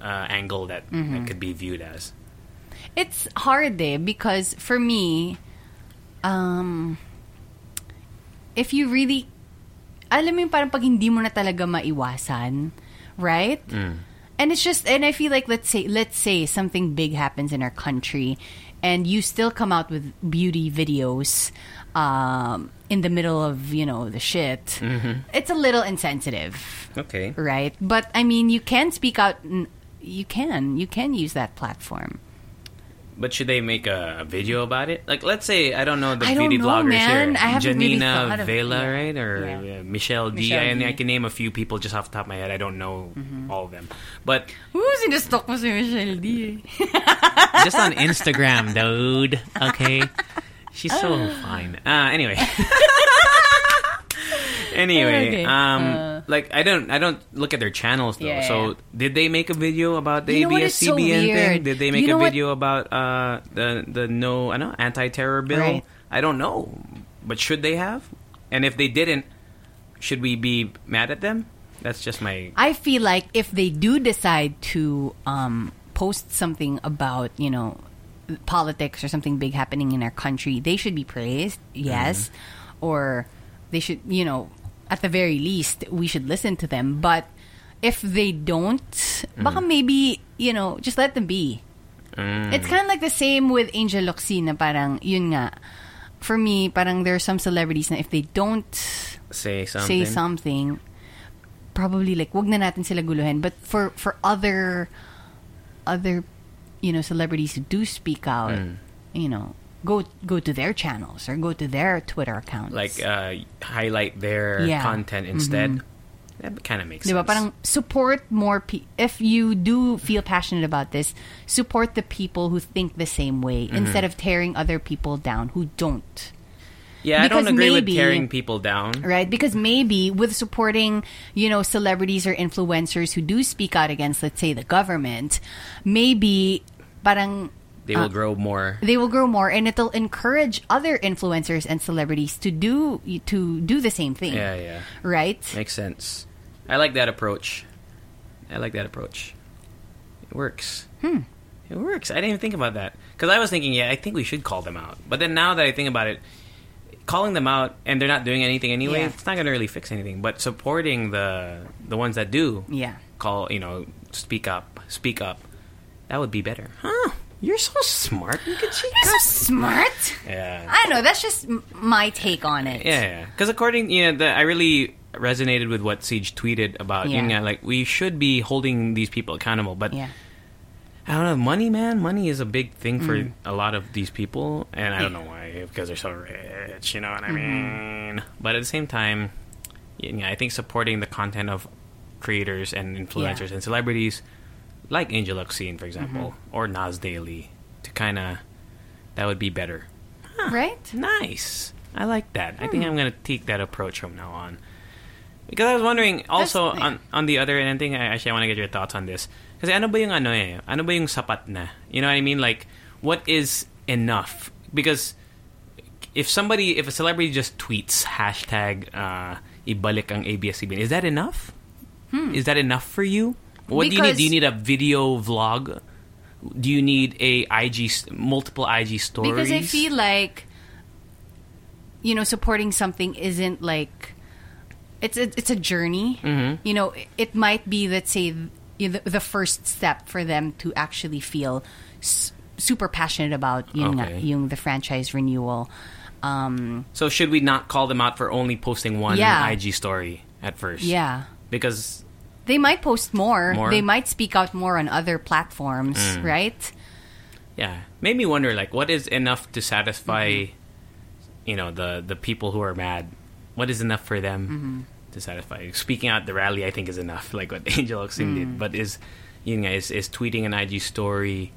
S3: uh, angle that,
S2: Mm-hmm.
S3: that could be viewed as.
S2: It's hard eh because for me um if you really alam mo yung parang pag hindi mo na talaga maiwasan, right? And it's just and I feel like let's say let's say something big happens in our country and you still come out with beauty videos um in the middle of, you know, the shit. It's a little insensitive
S3: Okay.
S2: right but i mean you can speak out n- you can you can use that platform
S3: But should they make a video about it? Like, let's say I don't know the
S2: I don't
S3: beauty
S2: know,
S3: bloggers
S2: man.
S3: here,
S2: I haven't really
S3: Janina
S2: thought of-
S3: Vela,
S2: yeah.
S3: right, or
S2: Yeah.
S3: uh, Michelle D.
S2: Michelle
S3: I mean,
S2: D.
S3: I can name a few people just off the top of my head. I don't know
S2: Mm-hmm.
S3: all of them, but
S2: Who's in the stock mo si Michelle D? eh?
S3: just on Instagram, dude. Okay, she's so fine. Uh, anyway, [laughs] anyway,
S2: Okay,
S3: um,
S2: uh.
S3: like I don't, I don't look at their channels though.
S2: Yeah, yeah,
S3: so
S2: yeah.
S3: did they make a video about the
S2: You know what? It's so
S3: ABS-CBN thing?
S2: weird.
S3: Did they make
S2: You know
S3: a
S2: what-
S3: video about uh, the the no, I know anti-terror bill?
S2: Right.
S3: I don't know, but should they have? And if they didn't, should we be mad at them? That's just my
S2: I feel like if they do decide to um, post something about, you know, politics or something big happening in our country, they should be praised, yes. Or they should, you know, at the very least, we should listen to them. But if they don't, baka maybe, you know, just let them be. It's kind of like the same with Angel Locsin na parang, yun nga. For me, parang there are some celebrities na if they don't
S3: say
S2: say something, probably like wag na natin sila guluhin. But for for other other you know celebrities who do speak out,
S3: Hmm.
S2: you know, go go to their channels or go to their Twitter accounts.
S3: like uh, highlight their
S2: Yeah.
S3: content instead. That kind of makes
S2: Diba?
S3: sense.
S2: Parang support more pe- if you do feel passionate about this, support the people who think the same way
S3: Hmm.
S2: instead of tearing other people down who don't.
S3: yeah, I don't
S2: because
S3: agree
S2: maybe-
S3: with tearing people down.
S2: right? Because maybe with supporting, you know, celebrities or influencers who do speak out against, let's say, the government, maybe parang
S3: They will grow more.
S2: they will grow more, and it'll encourage other influencers and celebrities to do to do the same thing.
S3: Yeah, yeah,
S2: Right?
S3: makes sense. I like that approach. I like that approach. It works. Hmm. It works. I didn't even think about that because I was thinking, yeah, I think we should call them out. But then now that I think about it, calling them out and they're not doing anything anyway,
S2: Yeah.
S3: it's not going to really fix anything. But supporting the the ones that do,
S2: Yeah.
S3: call you know speak up speak up that would be better huh you're so smart you could cheat
S2: You're so smart.
S3: [laughs] yeah
S2: I know. That's just m- my take on it.
S3: yeah because according you know the, i really resonated with what siege tweeted about
S2: Yeah.
S3: you know like we should be holding these people accountable but
S2: Yeah.
S3: i don't know money man money is a big thing for
S2: Mm.
S3: a lot of these people and i don't know why because they're so rich you know what i
S2: Mm-hmm.
S3: mean but at the same time you know, i think supporting the content of creators and influencers and celebrities like Angel
S2: Mm-hmm.
S3: Oxine, for example, or Nas Daily, to kind of that would be better.
S2: Right?
S3: Nice, I like that.
S2: Hmm.
S3: I think I'm gonna take that approach from now on. Because I was wondering also
S2: That's-
S3: on on the other end thing. I- Actually, I want to get your thoughts on this. Kasi ano ba yung ano eh? Ano ba yung sapat na? You know what I mean? Like, what is enough? Because if somebody, if a celebrity just tweets hashtag uh, ibalik ang ABS-CBN, is that enough? Is that enough for you? What do you need?
S2: Hmm. Because-
S3: Do you need a video vlog? Do you need a IG s- multiple IG stories?
S2: Because I feel like you know supporting something isn't like it's a, it's a journey.
S3: Mm-hmm.
S2: You know, it, it might be let's say th- you know, the, the first step for them to actually feel s- super passionate about yung, nga,
S3: Okay.
S2: yung the franchise renewal. Um,
S3: so should we not call them out for only posting one
S2: Yeah.
S3: IG story at first?
S2: yeah.
S3: because
S2: They might post more.
S3: More? Mm.
S2: They might speak out more on other platforms, right?
S3: yeah, made me wonder like what is enough to satisfy,
S2: Mm-hmm.
S3: you know, the the people who are mad. What is enough for them
S2: Mm-hmm.
S3: to satisfy? Speaking out at the rally, I think is enough. [laughs] Like what Angel
S2: Mm.
S3: Oxen did, but is you know is is tweeting an IG story.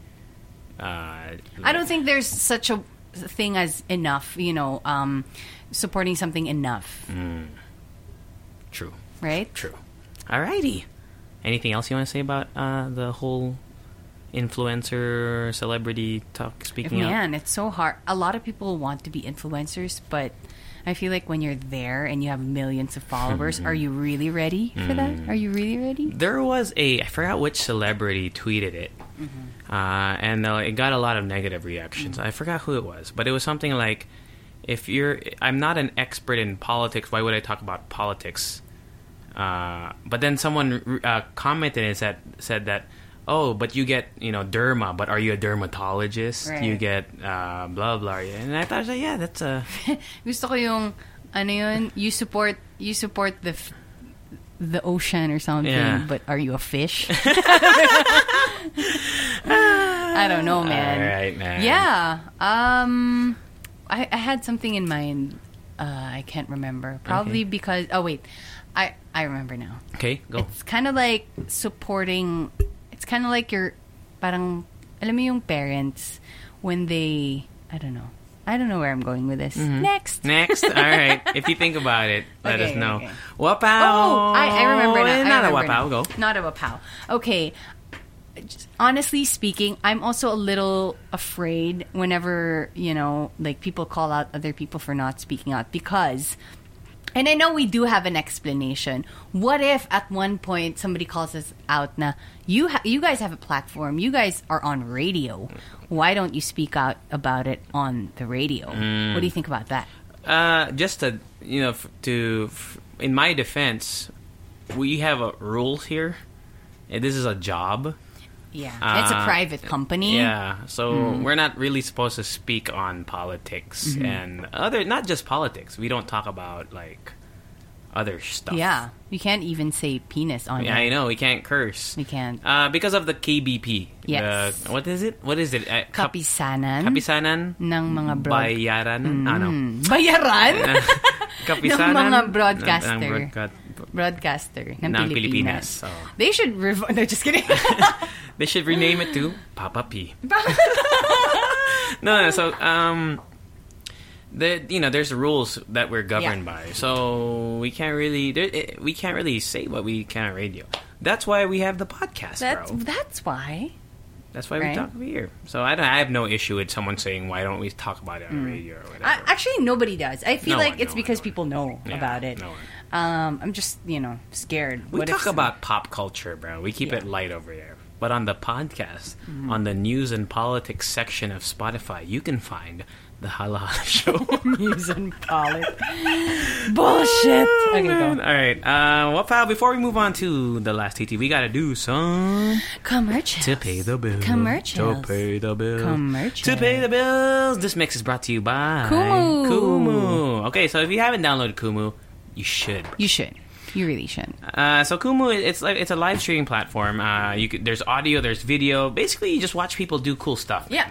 S3: Uh,
S2: I don't think there's such a thing as enough, you know, um, supporting something enough,
S3: Mm. true.
S2: right?
S3: True. Alrighty. Anything else you want to say about uh, the whole influencer celebrity talk? Speaking out?
S2: Man, it's so hard. A lot of people want to be influencers, but I feel like when you're there and you have millions of followers,
S3: Mm-hmm.
S2: are you really ready for
S3: Mm.
S2: that? Are you really ready?
S3: there was a I forgot which celebrity tweeted it,
S2: Mm-hmm.
S3: uh, and uh, it got a lot of negative reactions. I forgot who it was, but it was something like, "If you're, I'm not an expert in politics. Why would I talk about politics?" Uh, but then someone uh, commented and said said that, "Oh, but you get you know derma, but are you a dermatologist?
S2: Right.
S3: You get uh, blah blah." And I thought, yeah, that's a
S2: Gusto ko yung ano yun, you support you support the f- the
S3: [laughs]
S2: ocean or something,
S3: Yeah.
S2: but are you a fish? I I don't know, man.
S3: All right, man.
S2: Yeah. Um, I, I had something in mind. Uh, I can't remember. Probably
S3: Okay.
S2: because. Oh wait, I I remember now.
S3: Okay, go.
S2: It's kind of like supporting. It's kind of like your, parang alam mo yung parents when they I don't know. I don't know where I'm going with this. Next.
S3: Next, all
S2: [laughs]
S3: right. If you think about it, let
S2: Okay,
S3: us know.
S2: okay.
S3: Wapow.
S2: Oh, I, I remember now. I
S3: Not
S2: remember
S3: a
S2: now.
S3: wapow. Go.
S2: Not a wapow. Okay. Just- honestly speaking, I'm also a little afraid whenever, you know, like people call out other people for not speaking out because and I know we do have an explanation. What if at one point somebody calls us out na you ha- you guys have a platform. You guys are on radio. Why don't you speak out about it on the radio? What do
S3: Mm.
S2: you think about that?
S3: Uh, just to you know, f- to f- in my defense, we have a rules here. And This is a job.
S2: Yeah. it's a
S3: Uh,
S2: private company.
S3: Yeah, so
S2: Mm-hmm.
S3: we're not really supposed to speak on politics and other, not just politics. We don't talk about like other stuff.
S2: Yeah, you can't even say penis on
S3: Yeah,
S2: it.
S3: I know we can't curse.
S2: We can't.
S3: uh, because of the KBP.
S2: Yes.
S3: The- what is it? What is it? Uh, kap-
S2: Kapisanan
S3: kapisanan.
S2: ng mga broad-
S3: Bayaran. Ano? [laughs]
S2: bayaran
S3: Kapisanan.
S2: Ng mga
S3: ng-
S2: broadcaster.
S3: ng broadca-
S2: broadcaster ng,
S3: Ng
S2: Pilipinas.
S3: Pilipinas, oh.
S2: They should rev- [laughs] no just
S3: [laughs]
S2: kidding.
S3: They should rename it to Papa
S2: [laughs]
S3: P. no, no, so um, the you know there's rules that we're governed
S2: Yeah.
S3: by, so we can't really there, eh, we can't really say what we can on radio. That's why we have the podcast,
S2: that's
S3: bro.
S2: that's why.
S3: That's why
S2: right.
S3: we talk over here. So I don't, I have no issue with someone saying why don't we talk about it on radio or whatever.
S2: Mm. I, actually, nobody does. I feel
S3: No
S2: like
S3: one,
S2: it's
S3: no one,
S2: because
S3: no one.
S2: people know
S3: Yeah,
S2: about it.
S3: no one.
S2: um, I'm just you know scared.
S3: we
S2: What if
S3: talk
S2: some-
S3: about pop culture, bro. We keep
S2: Yeah. Mm-hmm.
S3: it light over there. But on the podcast, on the news and politics section of Spotify, you can find the Hala Hala [laughs]
S2: [laughs]
S3: Show.
S2: [laughs] news and politics.
S3: [laughs]
S2: Bullshit. Okay, go.
S3: All right. Uh, well, pal, before we move on to the last TT, we gotta do some
S2: Commercials.
S3: to pay the bills.
S2: Commercials.
S3: To pay the bills.
S2: Commercials.
S3: To pay the bills. This mix is brought to you by
S2: Kumu.
S3: Kumu. Okay, so if you haven't downloaded Kumu, you should.
S2: You should. You really should.
S3: Uh, so Kumu, it's like it's a live streaming platform. Uh, you could, there's audio, there's video. Basically, you just watch people do cool stuff.
S2: Yeah.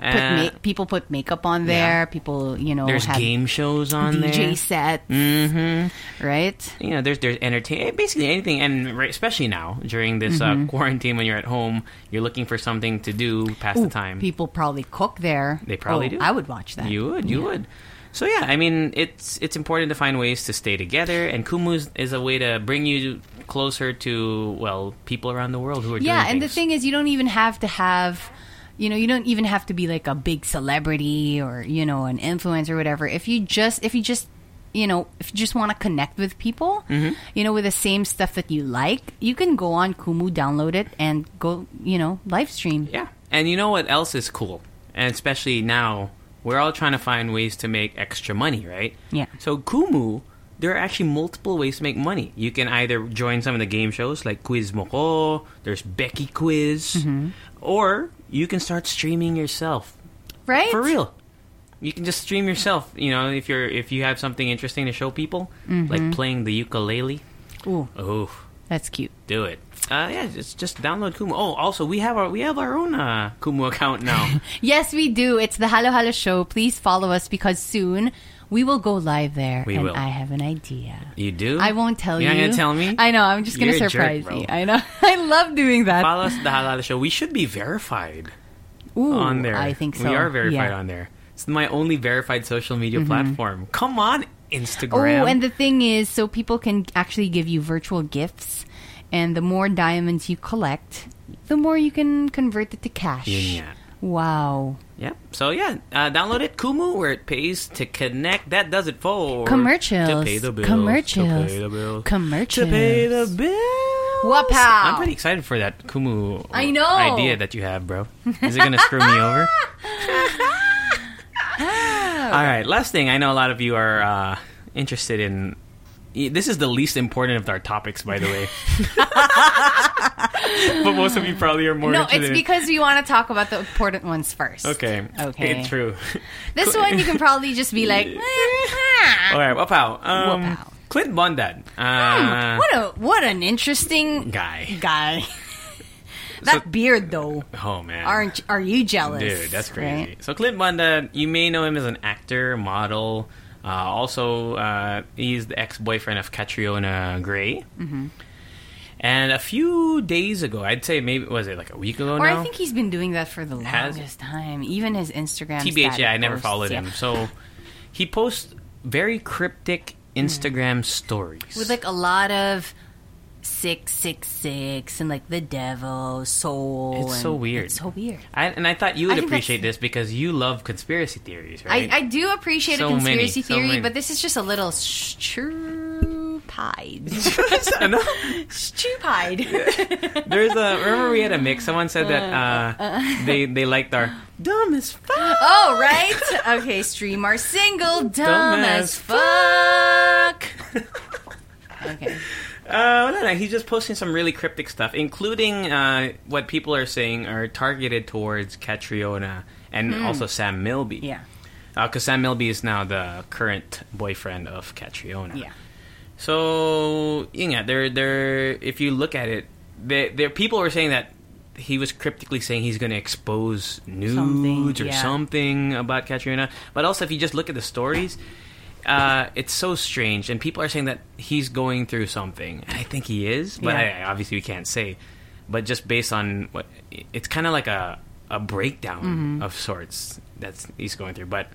S3: Uh,
S2: put ma- people put makeup on there.
S3: Yeah.
S2: People, you know,
S3: there's
S2: have
S3: game shows on
S2: DJ
S3: there. Mm-hmm.
S2: sets, right?
S3: you know, there's there's entertainment, basically anything, and right, especially now during this
S2: Mm-hmm.
S3: uh, quarantine, when you're at home, you're looking for something to do past the time.
S2: People probably cook there.
S3: They probably
S2: Oh,
S3: do.
S2: I would watch that.
S3: You would, you would. So yeah, I mean, it's it's important to find ways to stay together, and Kumu is- is a way to bring you closer to well people around the world who are
S2: yeah,
S3: doing
S2: and the
S3: things.
S2: thing is, you don't even have to have. You know, you don't even have to be like a big celebrity or you know an influencer or whatever. If you just, if you just, you know, if you just want to connect with people,
S3: Mm-hmm.
S2: you know, with the same stuff that you like, you can go on Kumu, download it, and go, you know, live stream.
S3: Yeah. And you know what else is cool? And especially now, we're all trying to find ways to make extra money, right?
S2: Yeah.
S3: So Kumu, there are actually multiple ways to make money. You can either join some of the game shows like Quiz Moko, there's Becky Quiz, or you can start streaming yourself.
S2: Right?
S3: For real. You can just stream yourself, you know, if you're if you have something interesting to show people, like playing the ukulele.
S2: Ooh,
S3: Oof
S2: that's cute.
S3: do it. Uh, yeah, it's just download Kumu. Oh, also we have our we have our own uh, Kumu
S2: [laughs]
S3: account now.
S2: Yes, we do. It's the Halo Halo Show. Please follow us because soon we will go live there.
S3: We
S2: and
S3: will.
S2: I have an idea.
S3: you do?
S2: I won't tell
S3: You're
S2: you.
S3: You're not gonna tell me.
S2: I know. I'm just gonna
S3: You're a jerk,
S2: surprise
S3: bro.
S2: you. I know. [laughs] I love doing that.
S3: Follow us at the Halal Show. We should be verified
S2: Ooh,
S3: on there.
S2: I think so.
S3: We are verified
S2: Yeah.
S3: on there. It's my only verified social media platform. Come on,
S2: Oh,
S3: Instagram.
S2: and the thing is, so people can actually give you virtual gifts, and the more diamonds you collect, the more you can convert it to cash.
S3: Yun nga.
S2: Wow.
S3: Yep. So yeah, uh, download it Kumu where it pays to connect. That does it for
S2: Commercials.
S3: To pay the bills.
S2: Commercials.
S3: To pay the bills.
S2: Commercials.
S3: To pay the bills.
S2: Wapow.
S3: I'm pretty excited for that Kumu.
S2: I know.
S3: idea that you have, bro. Is it gonna screw
S2: [laughs]
S3: me over? All right. Last thing. I know a lot of you are uh, interested in. This is the least important of our topics, by
S2: [laughs]
S3: the way. [laughs] but most of you probably are more
S2: No,
S3: interested
S2: it's
S3: in-
S2: because we want to talk about the important ones first.
S3: Okay.
S2: Okay.
S3: It's true.
S2: This one you can probably just
S3: [laughs]
S2: be like,
S3: All right, wapow. Um,
S2: Wapow.
S3: Clint
S2: Hmm,
S3: Bondad. Uh,
S2: what a what an interesting
S3: guy?
S2: guy. [laughs] That beard, though.
S3: Oh man,
S2: Aren't are you jealous?
S3: Dude, that's crazy.
S2: right?
S3: So Clint Banda, you may know him as an actor, model. Uh, also, uh, he's the ex-boyfriend of Catriona Gray. Mm-hmm. And a few days ago, I'd say maybe was it like a week ago
S2: Or
S3: now?
S2: I think he's been doing that for the
S3: Has-
S2: longest time. Even his Instagram.
S3: TBH,
S2: static
S3: yeah, I never
S2: posts,
S3: followed
S2: yeah.
S3: him. So he posts very cryptic Instagram stories.
S2: Mm-hmm. with like a lot of six six six and like the devil soul.
S3: It's
S2: and-
S3: so weird.
S2: It's so weird.
S3: I, and I thought you
S2: I
S3: would
S2: think
S3: appreciate
S2: that's-
S3: this because you love conspiracy theories,
S2: I,
S3: right?
S2: I do appreciate
S3: So
S2: a
S3: many,
S2: conspiracy
S3: so
S2: theory,
S3: many.
S2: but this is just a little
S3: [laughs]
S2: stupid.
S3: No? [laughs]
S2: stupid.
S3: There's a remember we had a mix. Someone said that uh, [laughs] they they liked our dumb as fuck.
S2: oh, right? Okay, stream our single, dumb,
S3: Dumb
S2: as
S3: as
S2: fuck. okay.
S3: Uh, no, no, he's just posting some really cryptic stuff, including uh, what people are saying are targeted towards Catriona and also Sam Milby.
S2: Yeah.
S3: because Sam Milby is now the current boyfriend of Catriona.
S2: Yeah.
S3: So you know, they're they're if you look at it, they they people were saying that he was cryptically saying he's going to expose nudes
S2: Something,
S3: or
S2: yeah.
S3: something about Katrina. But also, if you just look at the stories, uh, it's so strange, and people are saying that he's going through something. I think he is, but
S2: Yeah.
S3: I, obviously we can't say. But just based on what, it's kind of like a a breakdown
S2: Mm-hmm.
S3: of sorts that's he's going through. But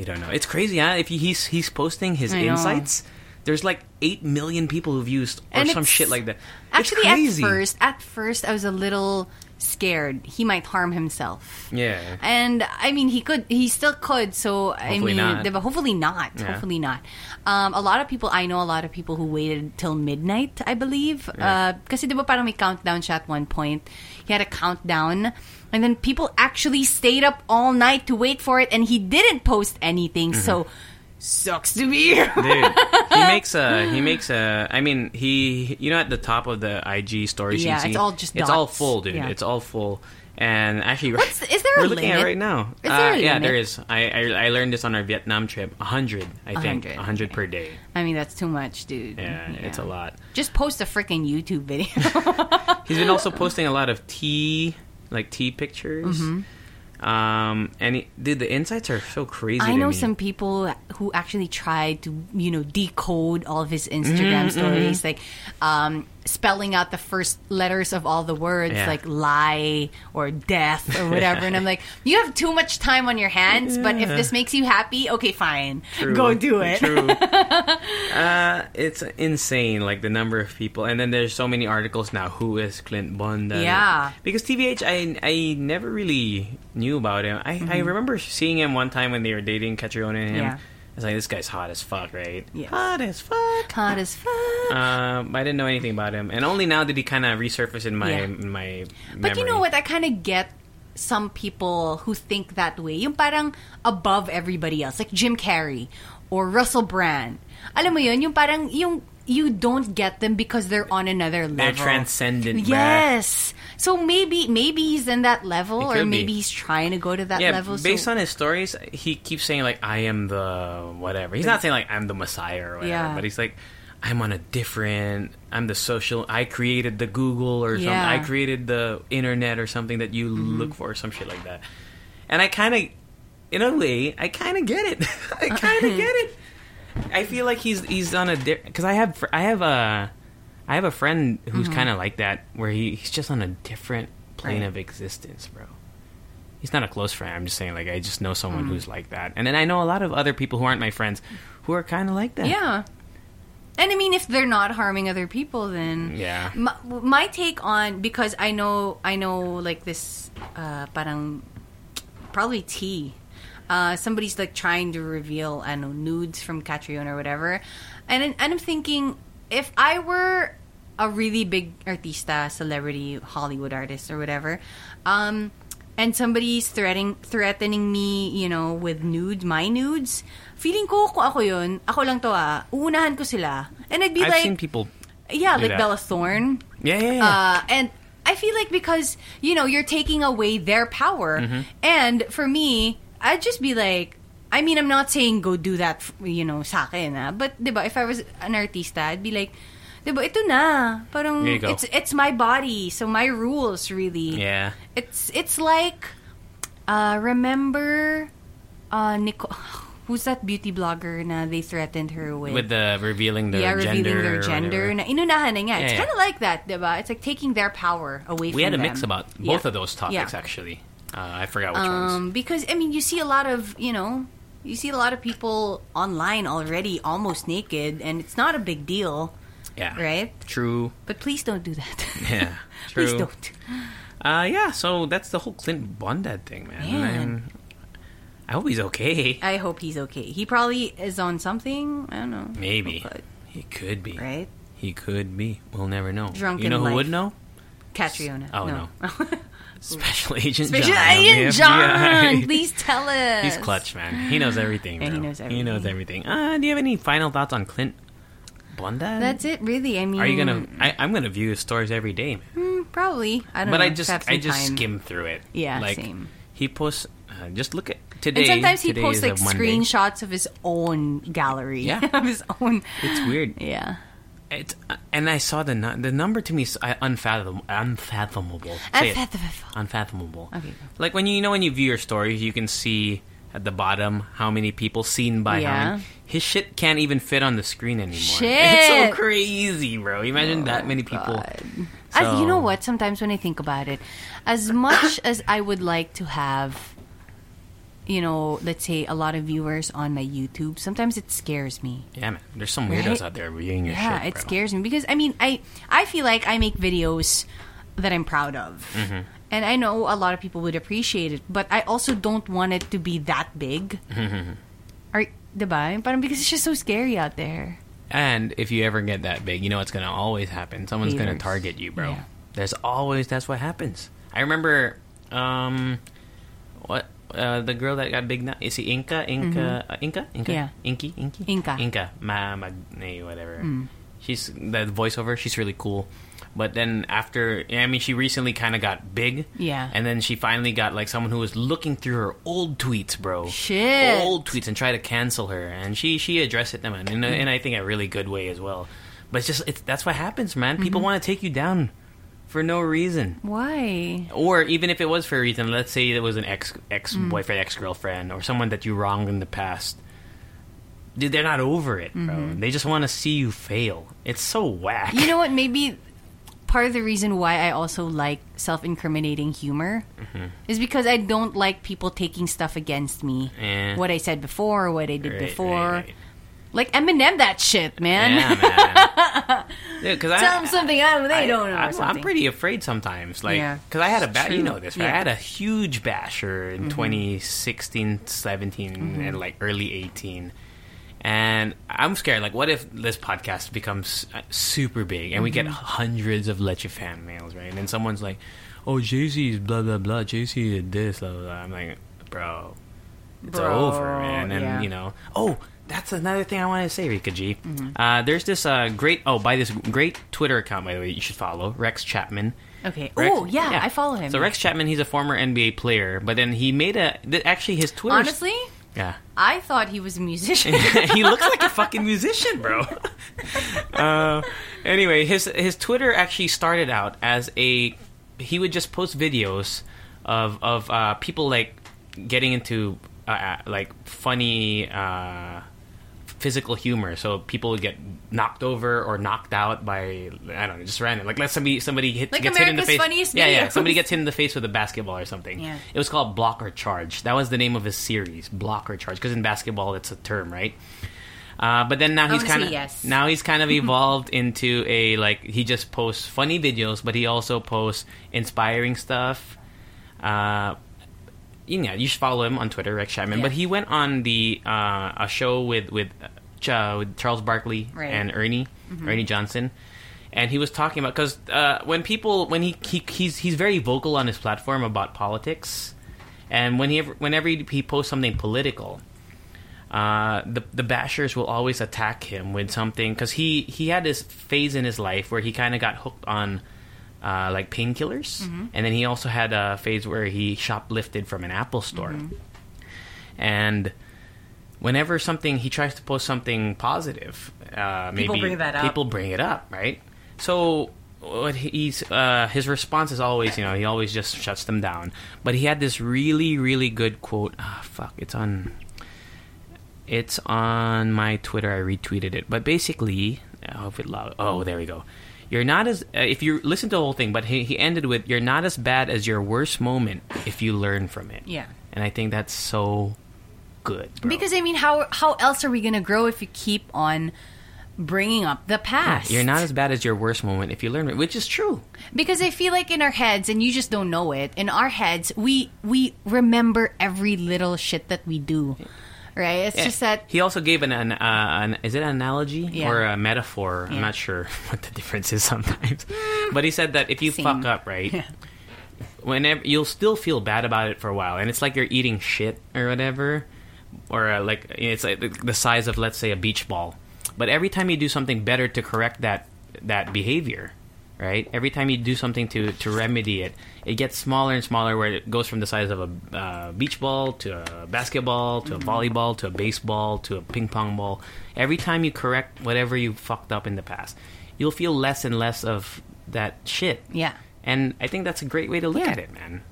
S3: you don't know. It's crazy, huh? If he, he's he's posting his
S2: I know.
S3: insights, there's like eight million people who've used or
S2: And
S3: some
S2: it's-
S3: shit like that. It's
S2: Actually,
S3: crazy.
S2: at first, at first, I was a little scared he might harm himself.
S3: yeah.
S2: And I mean, he could, he still could. So I
S3: Hopefully
S2: mean,
S3: not.
S2: diba? hopefully not.
S3: Yeah.
S2: Hopefully not. Um, a lot of people I know, a lot of people who waited till midnight, I believe,
S3: Yeah.
S2: uh, kasi diba parang may countdown siya at one point. He had a countdown, and then people actually stayed up all night to wait for it, and he didn't post anything. So
S3: Mm-hmm.
S2: sucks to be you.
S3: Dude, he makes a he makes a. I mean, he you know at the top of the IG stories.
S2: Yeah,
S3: you see,
S2: it's all just
S3: it's all
S2: dots.
S3: full, dude.
S2: Yeah.
S3: It's all full. And actually,
S2: What's- is there a
S3: we're looking at
S2: limit?
S3: it right now.
S2: Is there a
S3: Uh, yeah, there
S2: limit?
S3: is. I, I I learned this on our Vietnam trip. A hundred, I think.
S2: 100,
S3: A hundred
S2: okay.
S3: per day.
S2: I mean, that's too much, dude.
S3: Yeah, it's a lot.
S2: Just post a freaking YouTube video.
S3: He's been also posting a lot of tea, like tea pictures. Um, and he, dude, the insights are so crazy.
S2: Mm-hmm. I
S3: to
S2: know
S3: me.
S2: some people who actually tried to, you know, decode all of his
S3: Mm-hmm,
S2: Instagram stories, like um, spelling out the first letters of all the words,
S3: Yeah.
S2: like lie or death
S3: [laughs]
S2: or whatever. and I'm like, you have too much time on your hands, but if this makes you happy, okay, fine. [laughs]
S3: True.
S2: Go do it.
S3: True. uh, it's insane, like the number of people, and then there's so many articles now. Who is Clint Bunda?
S2: Yeah.
S3: because TBH, I I never really knew about him. I, I remember seeing him one time when they were dating Catriona and him.
S2: Mm-hmm. Yeah.
S3: I was like, this guy's hot as fuck, right?
S2: Yes.
S3: Hot as fuck.
S2: Hot as [laughs] fuck.
S3: Um, I didn't know anything about him, and only now did he kind of resurface in my
S2: Yeah.
S3: in my.
S2: But you
S3: memory.
S2: know what? I kind of get some people who think that way. Yung parang above everybody else. Like Jim Carrey or Russell Brand. Alam mo yun? Yung parang yung you don't get them because they're on another level.
S3: They're transcendent. bruh.
S2: Yes. So maybe maybe he's in that level
S3: It
S2: or
S3: could be.
S2: maybe he's trying to go to that
S3: Yeah,
S2: level.
S3: based
S2: so
S3: on his stories, he keeps saying like I am the whatever. He's not saying like I'm the Messiah or whatever,
S2: Yeah.
S3: but he's like I'm on a different. I'm the social. I created the Google or
S2: Yeah. Mm-hmm.
S3: something. I created the internet or something that you look for or some shit like that. And I kind of, in a way, I kind of get it. [laughs] I kind
S2: [laughs]
S3: of get it. I feel like he's he's on a because I have fr- I have a I have a friend who's kind of like that where he, he's just on a different
S2: Mm-hmm.
S3: plane
S2: Right.
S3: of existence, bro. He's not a close friend. I'm just saying like I just know someone
S2: Mm-hmm.
S3: who's like that, and then I know a lot of other people who aren't my friends who are kind of like that.
S2: Yeah. And I mean, if they're not harming other people, then
S3: Yeah.
S2: My, my take on because I know I know like this, uh, parang probably tea. Uh, somebody's like trying to reveal I don't know nudes from Catriona or whatever, and then- and I'm thinking if I were a really big artista, celebrity, Hollywood artist or whatever, um, and somebody's threatening threatening me, you know, with nudes, my nudes. Feeling ko kung ako yun, ako lang to ah, uunahan ko sila. And I'd be
S3: I've
S2: like,
S3: seen people.
S2: yeah,
S3: do
S2: like
S3: that.
S2: Bella Thorne.
S3: Yeah, yeah, yeah.
S2: Uh, and I feel like because you know you're taking away their power,
S3: Mm-hmm.
S2: and for me, I'd just be like, I mean, I'm not saying go do that, f- you know, sa akin, ah. but diba, if I was an artista, I'd be like, Diba, ito na. Parang,
S3: There you go.
S2: it's, it's my body, so my rules, really.
S3: Yeah.
S2: It's, it's like, uh, remember, uh, Nico, [sighs] who's that beauty blogger na they threatened her with?
S3: With the revealing their
S2: yeah,
S3: gender.
S2: revealing their
S3: or
S2: gender.
S3: whatever.
S2: Na, inunahan na nga. It's
S3: Yeah, yeah.
S2: kind of like that, diba? It's like taking their power away from
S3: We had a
S2: them.
S3: mix about
S2: Yeah.
S3: both of those
S2: Yeah.
S3: topics, actually. Uh, I forgot which ones.
S2: Um, because I mean, you see a lot of you know, you see a lot of people online already almost naked, and it's not a big deal,
S3: Yeah.
S2: right?
S3: True. [laughs]
S2: But please don't do that. [laughs]
S3: Yeah. True.
S2: please don't.
S3: Uh, yeah, so that's the whole Clint Bondad thing, man.
S2: Man.
S3: I'm- I hope he's okay.
S2: I hope he's okay. He probably is on something. I don't know.
S3: Maybe.
S2: But-
S3: He could be.
S2: right?
S3: He could be. We'll never know.
S2: Drunk in
S3: you know who
S2: life.
S3: would know?
S2: Catriona.
S3: Oh,
S2: [laughs]
S3: Special [laughs] Agent
S2: Special
S3: John. of the
S2: Agent [laughs]
S3: [laughs]
S2: John,
S3: FBI.
S2: please tell us.
S3: He's clutch, man. He knows everything.
S2: And he
S3: bro.
S2: knows
S3: He knows everything. Uh, do you have any final thoughts on Clint Bondad?
S2: That's it, really. I mean,
S3: Are you gonna? I, I'm gonna view his stories every day, man.
S2: probably? I don't
S3: but
S2: know.
S3: I just
S2: Perhaps
S3: I
S2: in
S3: just
S2: time.
S3: skim through it.
S2: Yeah,
S3: like,
S2: same.
S3: He posts. Uh, just look at today.
S2: And sometimes he
S3: today
S2: posts
S3: is a
S2: like
S3: Monday.
S2: screenshots of his own gallery,
S3: Yeah.
S2: [laughs] of his own.
S3: It's
S2: [gasps]
S3: weird.
S2: Yeah.
S3: It's uh, and I saw the nu- the number to me is uh, unfathom unfathomable. Say it.
S2: Unfathomable.
S3: Unfathomable.
S2: Okay.
S3: Like when you, you know when you view your stories, you can see at the bottom how many people seen by how
S2: Yeah.
S3: many. His shit can't even fit on the screen anymore. [laughs]
S2: Shit. Oh,
S3: It's so crazy, bro. Imagine that many people.
S2: As you know
S3: So-
S2: what, sometimes when I think about it, as
S3: [coughs]
S2: much as I would like to have you know, let's say a lot of viewers on my YouTube, sometimes it scares me.
S3: Yeah, man. There's some weirdos
S2: Right?
S3: out there reviewing your
S2: Yeah,
S3: shit.
S2: it
S3: bro.
S2: scares me because I mean, I I feel like I make videos that I'm proud of.
S3: Mm-hmm.
S2: And I know a lot of people would appreciate it, but I also don't want it to be that big.
S3: Mm-hmm.
S2: Are, diba? Parang because it's just so scary out there.
S3: And if you ever get that big, you know it's going to always happen. Someone's going to
S2: Haters.
S3: target you, bro.
S2: Yeah.
S3: There's always that's what happens. I remember, um, what uh, the girl that got big now is he Inca Inca uh, Inca
S2: Mm-hmm.
S3: Inca
S2: Yeah.
S3: Inky Inky
S2: Inca. Mm.
S3: Inca Ma Magne whatever. She's the voiceover. She's really cool. But then after, I mean, she recently kind of got big.
S2: Yeah.
S3: And then she finally got like someone who was looking through her old tweets, bro
S2: Shit.
S3: old tweets and try to cancel her, and she she addressed it naman in, a, in uh, I think a really good way as well. But it's just it's, that's what happens, man.
S2: Mm-hmm.
S3: People want to take you down for no reason,
S2: Why?
S3: or even if it was for a reason. Let's say it was an ex ex
S2: Mm.
S3: boyfriend, ex girlfriend, or someone that you wronged in the past. Dude, they're not over it, bro. They just want to see you fail. It's so whack.
S2: Mm-hmm. You know what? Maybe part of the reason why I also like self-incriminating humor
S3: Mm-hmm.
S2: is because I don't like people taking stuff against me.
S3: Yeah.
S2: What I said before, what I did
S3: Eh. Right,
S2: before.
S3: right, right.
S2: Like Eminem that shit, man.
S3: Yeah,
S2: [laughs]
S3: man. Dude, 'cause I-
S2: Tell them something I, they don't know. or
S3: I'm,
S2: something.
S3: I'm pretty afraid sometimes, like
S2: Yeah.
S3: because I had a bash. You
S2: True.
S3: know this, right?
S2: Yeah. Mm-hmm.
S3: I had a huge basher in 2016, 17, and like early 18, and I'm scared. Like, what if this podcast becomes uh, super big and we
S2: Mm-hmm.
S3: get hundreds of Leche fan mails, right? And then someone's like, "Oh, Jay Z is blah blah blah. Jay Z did this." Blah, blah, blah. I'm like, bro, it's
S2: Bro,
S3: over, man. And
S2: yeah.
S3: you know, oh, that's another thing I wanted to say, Rika G.
S2: Mm-hmm.
S3: Uh, there's this uh, great oh by this great Twitter account by the way you should follow Rex Chapman.
S2: Okay.
S3: Rex-
S2: Oh yeah, I follow him.
S3: So Rex Chapman, he's a former NBA player, but then he made a th- actually his Twitter.
S2: Honestly,
S3: yeah,
S2: I thought he was a musician.
S3: [laughs] he looks like a fucking musician, bro. [laughs] uh, anyway, his his Twitter actually started out as a he would just post videos of of uh, people like getting into uh, uh, like funny uh, physical humor. So people would get knocked over or knocked out by I don't know, just random. Like let somebody somebody hit
S2: Like
S3: gets hit in the
S2: America's
S3: face.
S2: Funniest
S3: yeah, yeah.
S2: Videos. [laughs]
S3: Somebody gets hit in the face with a basketball or something.
S2: Yeah.
S3: It was called Block or Charge. That was the name of his series, Block or Charge, because in basketball that's a term, right? Uh, but then now he's
S2: gonna
S3: kind of
S2: say yes.
S3: now
S2: [laughs]
S3: he's kind of evolved into a like he just posts funny videos, but he also posts inspiring stuff. Uh, you know, you should follow him on Twitter, Rex Chapman.
S2: Yeah.
S3: But he went on the uh, a show with with, uh, Ch- uh, with Charles Barkley
S2: Right.
S3: and Ernie Ernie Johnson, and he was talking about because uh, when people when he, he he's he's very vocal on his platform about politics, and when he ever, whenever he, he posts something political, uh, the the bashers will always attack him with something because he he had this phase in his life where he kind of got hooked on uh, like painkillers,
S5: Mm-hmm.
S3: and then he also had
S5: Mm-hmm.
S3: a phase where he shoplifted from an Apple store, and whenever something he tries to post something positive, uh, maybe
S5: People bring that up.
S3: People bring it up, right? So what he's uh, his response is always, you know, he always just shuts them down. But he had this really, really good quote. Ah, fuck, it's on. It's on my Twitter. I retweeted it, but basically, I hope it loud. Oh, there we go. You're not as uh, if you listen to the whole thing, but he, he ended with, "You're not as bad as your worst moment if you learn from it."
S2: Yeah.
S3: and I think that's so good
S2: [laughs]
S3: bro.
S2: Because I mean, how how else are we gonna grow if you keep on bringing up the past?
S3: You're not as bad as your worst moment if you learn it, which is true.
S2: because I feel like in our heads, and you just don't know it. In our heads, we we remember every little shit that we do, right? It's just that
S3: he also gave an, an, uh, an is it an analogy
S2: Yeah.
S3: or a metaphor?
S2: Yeah.
S3: I'm not sure [laughs] what the difference is sometimes, but he said that if you
S2: Same.
S3: fuck up,
S2: [laughs]
S3: right, whenever you'll still feel bad about it for a while, and it's like you're eating shit or whatever, or uh, like it's like the- the size of let's say a beach ball. But every time you do something better to correct that that behavior, right? Every time you do something to to remedy it, it gets smaller and smaller, where it goes from the size of a uh, beach ball to a basketball to a volleyball to a baseball to a ping pong ball. Every time you correct whatever you fucked up in the past, you'll feel less and less of that shit.
S2: Yeah.
S3: And I think that's a great way to look
S2: Yeah.
S3: at it, man.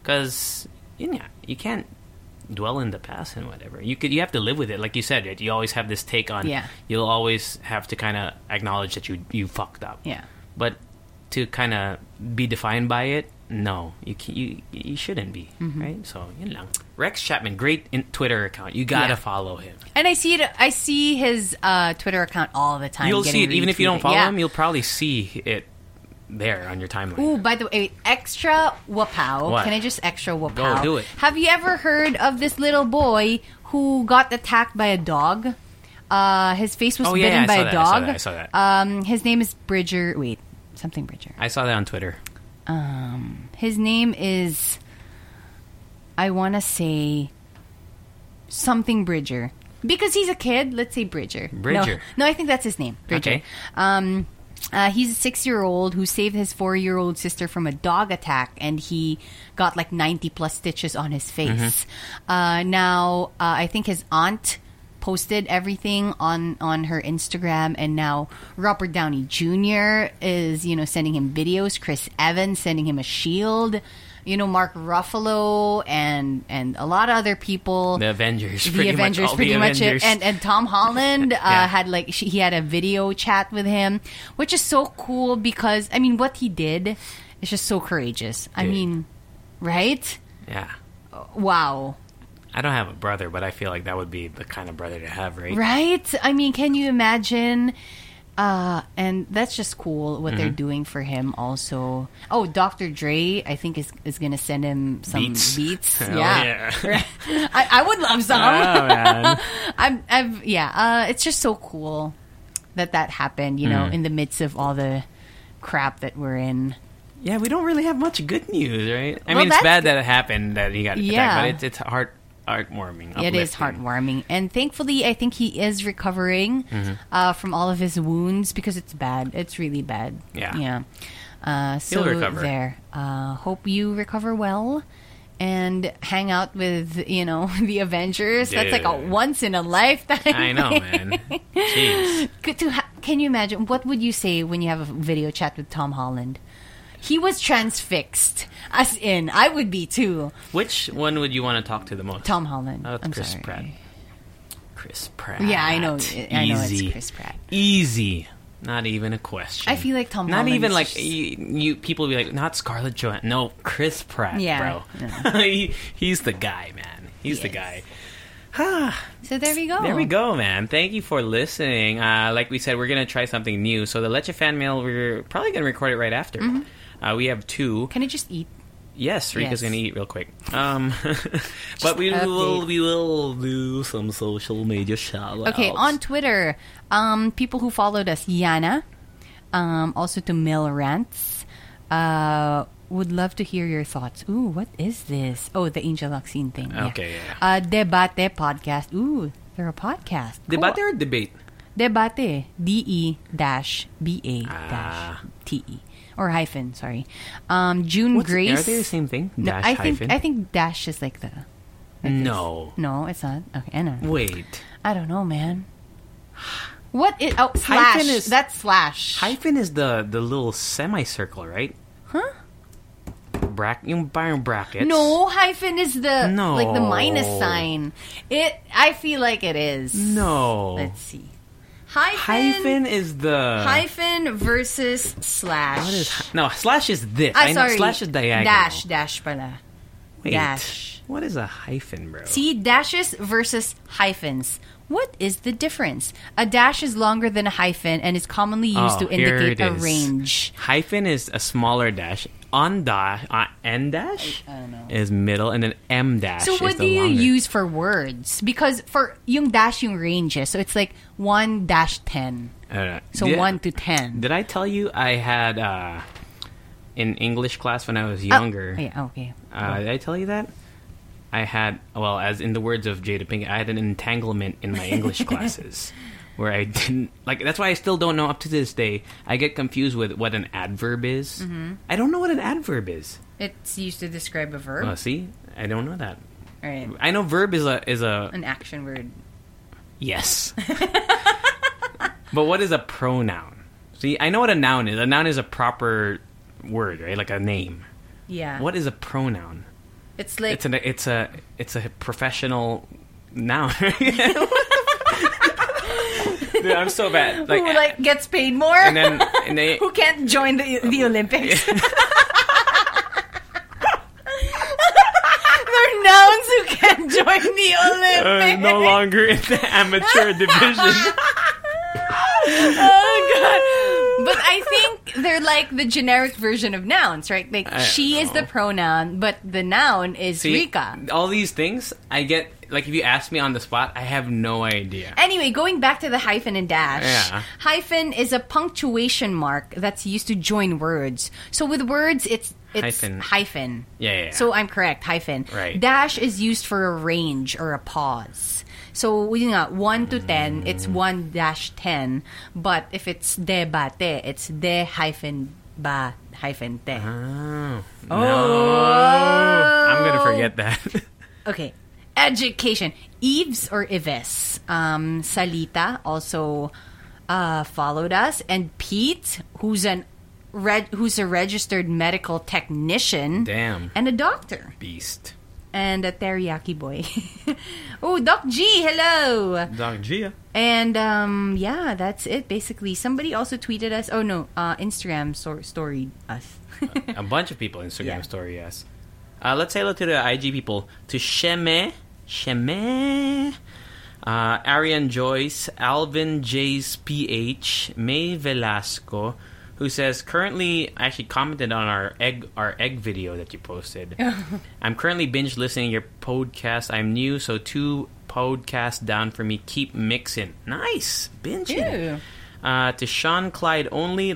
S3: Because yeah, you can't dwell in the past and whatever. You could you have to live with it, like you said. Right? You always have this take on.
S2: Yeah.
S3: You'll always have to kind of acknowledge that you you fucked up.
S2: Yeah.
S3: But to kind of be defined by it, no, you can, you you shouldn't be
S2: Mm-hmm.
S3: right. So you know, Rex Chapman, great in- Twitter account. You gotta
S2: Yeah.
S3: follow him.
S2: And I see it. I see his uh, Twitter account all the time.
S3: you'll see
S2: getting
S3: it even if you
S2: retweeted.
S3: don't
S2: Yeah.
S3: follow him. You'll probably see it there on your timeline.
S2: Ooh, by the way, extra wapow.
S3: What?
S2: Can I just extra wapow?
S3: Go, do it.
S2: Have you ever heard of this little boy who got attacked by a dog? Uh, his face was
S3: Oh,
S2: bitten
S3: yeah, yeah, I
S2: by a
S3: saw that, I saw
S2: dog.
S3: that, I saw that.
S2: Um, his name is Bridger. Wait, something Bridger. Um,
S3: I saw that on Twitter.
S2: His name is. I want to say something Bridger because he's a kid. Let's say Bridger. No-
S3: Bridger.
S2: No, I think that's his name. Bridger.
S3: Okay.
S2: Um, uh, he's a six-year-old who saved his four-year-old sister from a dog attack, and he got like ninety-plus stitches on his face. Uh, now, uh, I think his aunt posted everything on on her Instagram, and now Robert Downey Jr. is you know sending him videos. Chris Evans sending him a shield. You know, Mark Ruffalo and and a lot of other people
S3: The Avengers,
S2: the
S3: pretty much
S2: Avengers,
S3: all the
S2: pretty much
S3: Avengers.
S2: it. And and Tom
S3: [laughs]
S2: Holland uh,
S3: Yeah.
S2: had like she, he had a video chat with him, which is so cool because I mean what he did is just so courageous. I
S3: Yeah.
S2: mean, right?
S3: Yeah.
S2: Wow,
S3: I don't have a brother, but I feel like that would be the kind of brother to have, right?
S2: right? I mean, can you imagine? Uh, and that's just cool what they're
S3: Mm-hmm.
S2: doing for him. Also, oh, Dr. Dre, I think is is gonna send him some
S3: Beats.
S2: beats.
S3: [laughs] Hell
S2: yeah,
S3: yeah.
S2: [laughs] I, I would love
S3: [laughs]
S2: some.
S3: Oh, man.
S2: I'm, I've, yeah, uh, it's just so cool that that happened, you know,
S3: Mm.
S2: in the midst of all the crap that we're in.
S3: yeah, we don't really have much good news, right? I
S2: Well,
S3: mean, it's
S2: that's
S3: bad that it happened that he got
S2: Yeah.
S3: attacked, but it's, it's heart heartwarming.
S2: It is
S3: uplifting.
S2: heartwarming. And thankfully, I think he is recovering
S3: Mm-hmm.
S2: uh, from all of his wounds because it's bad. It's really bad.
S3: Yeah.
S2: Yeah. Uh, so
S3: recover.
S2: there. Uh, hope you recover well and hang out with, you know, [laughs] the Avengers. That's like a
S3: Dude.
S2: once in a lifetime.
S3: I
S2: [laughs]
S3: know, man. Jeez.
S2: Could, to ha- can you imagine? What would you say when you have a video chat with Tom Holland? He was transfixed, as in I would be too.
S3: Which one would you want to talk to the most?
S2: Tom Holland.
S3: Oh, it's
S2: I'm
S3: Chris
S2: sorry.
S3: Pratt. Chris Pratt.
S2: Yeah, I know. I know
S3: Easy.
S2: it's Chris Pratt.
S3: Easy. Not even a question.
S2: I feel like Tom
S3: Not
S2: Holland
S3: even
S2: is
S3: like e
S2: just-
S3: you, you. People be like, not Scarlett Johansson. No, Chris Pratt,
S2: Yeah.
S3: bro. [laughs] he, he's the guy, man. He's
S2: He Oh.
S3: the
S2: is.
S3: guy.
S2: So there we go.
S3: [sighs] There we go, man. Thank you for listening. Uh, like we said, we're gonna try something new. So the Leche fan mail, we're probably gonna record it right after. Uh, we have two.
S2: Can I just eat?
S3: Yes,
S2: Mm-hmm. Yes.
S3: Rika's gonna eat real quick. Um, [laughs] but we
S2: update.
S3: will we will do some social media shout
S2: Okay, on Twitter, um, people who followed us, Yana, um, also to Mill Rants, uh, would love to hear your thoughts. Ooh, what is this? Oh, the Angel Vaccine thing. yeah.
S3: Okay, yeah.
S2: Uh, Debate Podcast. Ooh, they're a podcast. Cool.
S3: debate or debate.
S2: Debate. D E dash B A
S3: Ah.
S2: dash T E. Or hyphen, sorry. Um, June
S3: What's-
S2: Grace.
S3: Are they the same thing?
S2: No,
S3: Dash
S2: I think
S3: hyphen?
S2: I think dash is like the Like this?
S3: No.
S2: No, it's not. Okay, I don't know.
S3: Wait.
S2: I don't know, man. What is oh slash?
S3: Hyphen is-
S2: That's slash.
S3: Hyphen is the the little semicircle, right?
S2: huh?
S3: Brack, yung parang brackets.
S2: No, hyphen is the
S3: No.
S2: like the minus sign. It. I feel like it is.
S3: No.
S2: Let's see. Hyphen.
S3: hyphen is the
S2: Hyphen versus slash.
S3: What is no slash is this?
S2: Ah,
S3: I know
S2: sorry.
S3: slash is diagonal.
S2: Dash dash pala.
S3: Wait,
S2: dash.
S3: What is a hyphen, bro?
S2: See, dashes versus hyphens. What is the difference? A dash is longer than a hyphen and is commonly used
S3: Oh,
S2: to
S3: here
S2: indicate
S3: it
S2: a
S3: is.
S2: range.
S3: Hyphen is a smaller dash. On dash, uh, n dash
S2: I don't know.
S3: is middle, and then m dash.
S2: So
S3: is
S2: what
S3: the
S2: do you
S3: longer.
S2: use for words? Because for yung dash yung ranges, so it's like one dash ten.
S3: Uh,
S2: So
S3: did-
S2: one to ten.
S3: Did I tell you I had uh, in English class when I was younger?
S2: Oh, yeah, okay.
S3: Uh, did I tell you that? I had, well, as in the words of Jada Pinkett, I had an entanglement in my English classes where I didn't, like, that's why I still don't know up to this day. I get confused with what an adverb is. Mm-hmm. I don't know what an adverb is.
S2: It's used to describe a verb.
S3: Oh, see? I don't know that.
S2: All right.
S3: I know verb is a, is a,
S2: An action word.
S3: yes. but what is a pronoun? See, I know what a noun is. A noun is a proper word, right? Like a name.
S2: Yeah.
S3: What is a pronoun?
S2: It's like
S3: It's an it's a it's a professional noun. [laughs] Dude, I'm so bad. Like,
S2: [laughs] who like gets paid more?
S3: and
S2: [laughs]
S3: then and they,
S2: who can't join the
S3: [laughs]
S2: the Olympics? [laughs] They're nouns who can't join the
S3: uh,
S2: Olympics.
S3: no longer in the amateur division.
S2: But I think they're like the generic version of nouns, right? Like
S3: don't
S2: she is the
S3: know.
S2: pronoun, but the noun is
S3: See,
S2: Rika.
S3: all these things I get like if you ask me on the spot, I have no idea.
S2: Anyway, going back to the hyphen and dash.
S3: Yeah.
S2: Hyphen is a punctuation mark that's used to join words. So with words, it's it's hyphen.
S3: Hyphen. Yeah, yeah, yeah.
S2: So I'm correct. Hyphen.
S3: Right.
S2: Dash is used for a range or a pause. So yun nga, one to ten, it's one dash ten. But if it's debate, it's de hyphen ba hyphen te.
S3: Oh, no. I'm gonna forget that. [laughs]
S2: Okay. Education. Eves or Ives. Um, Salita also uh, followed us, and Pete, who's an reg- who's a registered medical technician,
S3: Damn.
S2: and a doctor,
S3: Beast.
S2: and a teriyaki boy. [laughs] oh, Doc G, hello.
S3: Dog Gia.
S2: And um, yeah, that's it. Basically, somebody also tweeted us. Oh no, uh, Instagram stor- storied us. [laughs]
S3: a bunch of people Instagram
S2: Yeah.
S3: story yes. Uh, let's say hello to the IG people to Sheme, Sheme, uh, Arian Joyce, Alvin J's PH, May Velasco, who says currently actually commented on our egg our egg video that you posted. [laughs] I'm currently binge listening to your podcast. I'm new, so two podcasts down for me. Keep mixing. Nice binging.
S2: Ew.
S3: Uh, to Sean Clyde only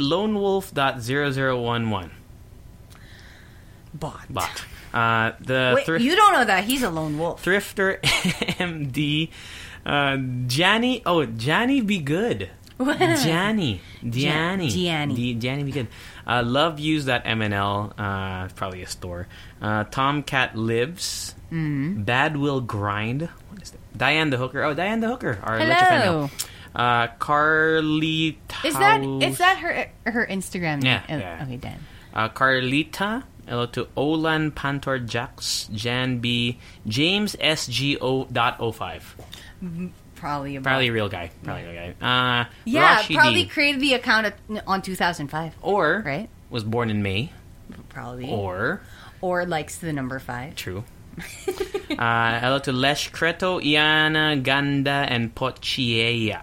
S3: lonewolf.0011
S2: Bot.
S3: bot. Uh, the
S2: Wait,
S3: thrif-
S2: you don't know that he's a lone wolf.
S3: thrifter [laughs] MD, uh, Janny. Oh, Janny, be good. Janny, Janny,
S2: Gianni.
S3: D- Janny, be good. Uh, Love use that MNL. Uh, probably a store. Uh, Tomcat lives.
S2: Mm-hmm.
S3: Bad will grind. What is that? Diane the hooker. Oh, Diane the hooker. Our
S2: Hello.
S3: Electrofan now. Uh, Carly.
S2: Is that is that her her Instagram? name?
S3: Yeah,
S2: Oh,
S3: yeah.
S2: Okay, Dan.
S3: Uh, Carlita. Hello to Olan Pantor Jax, Jan B, James SGO dot O five.
S2: Probably about.
S3: Probably a real guy. Probably a real guy. Uh,
S2: yeah,
S3: Rashidi.
S2: probably created the account at, on 2005.
S3: Or
S2: Right.
S3: was born in May.
S2: Probably.
S3: Or
S2: Or likes the number five. [laughs]
S3: true. uh, hello to Lesh Creto, Iana, Ganda, and Pochiea.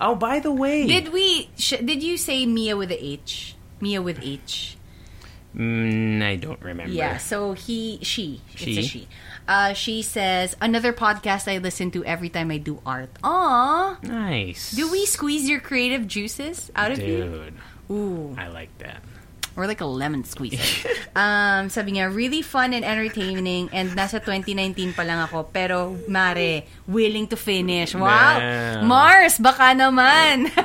S3: Oh, by the way,
S2: Did we? Sh- did you say Mia with a H? Mia with H.
S3: Mm, I don't remember.
S2: Yeah. So he, she,
S3: She.
S2: it's a she. Uh, she says another podcast I listen to every time I do art. Aw,
S3: Nice.
S2: do we squeeze your creative juices out of you?
S3: Dude,
S2: Ooh,
S3: I like that.
S2: we're like a lemon
S3: [laughs]
S2: squeeze. um, sabi niya, really fun and entertaining and nasa 2019 pa lang ako pero mare, willing to finish. Wow.
S3: Damn.
S2: Mars, baka naman.
S3: [laughs]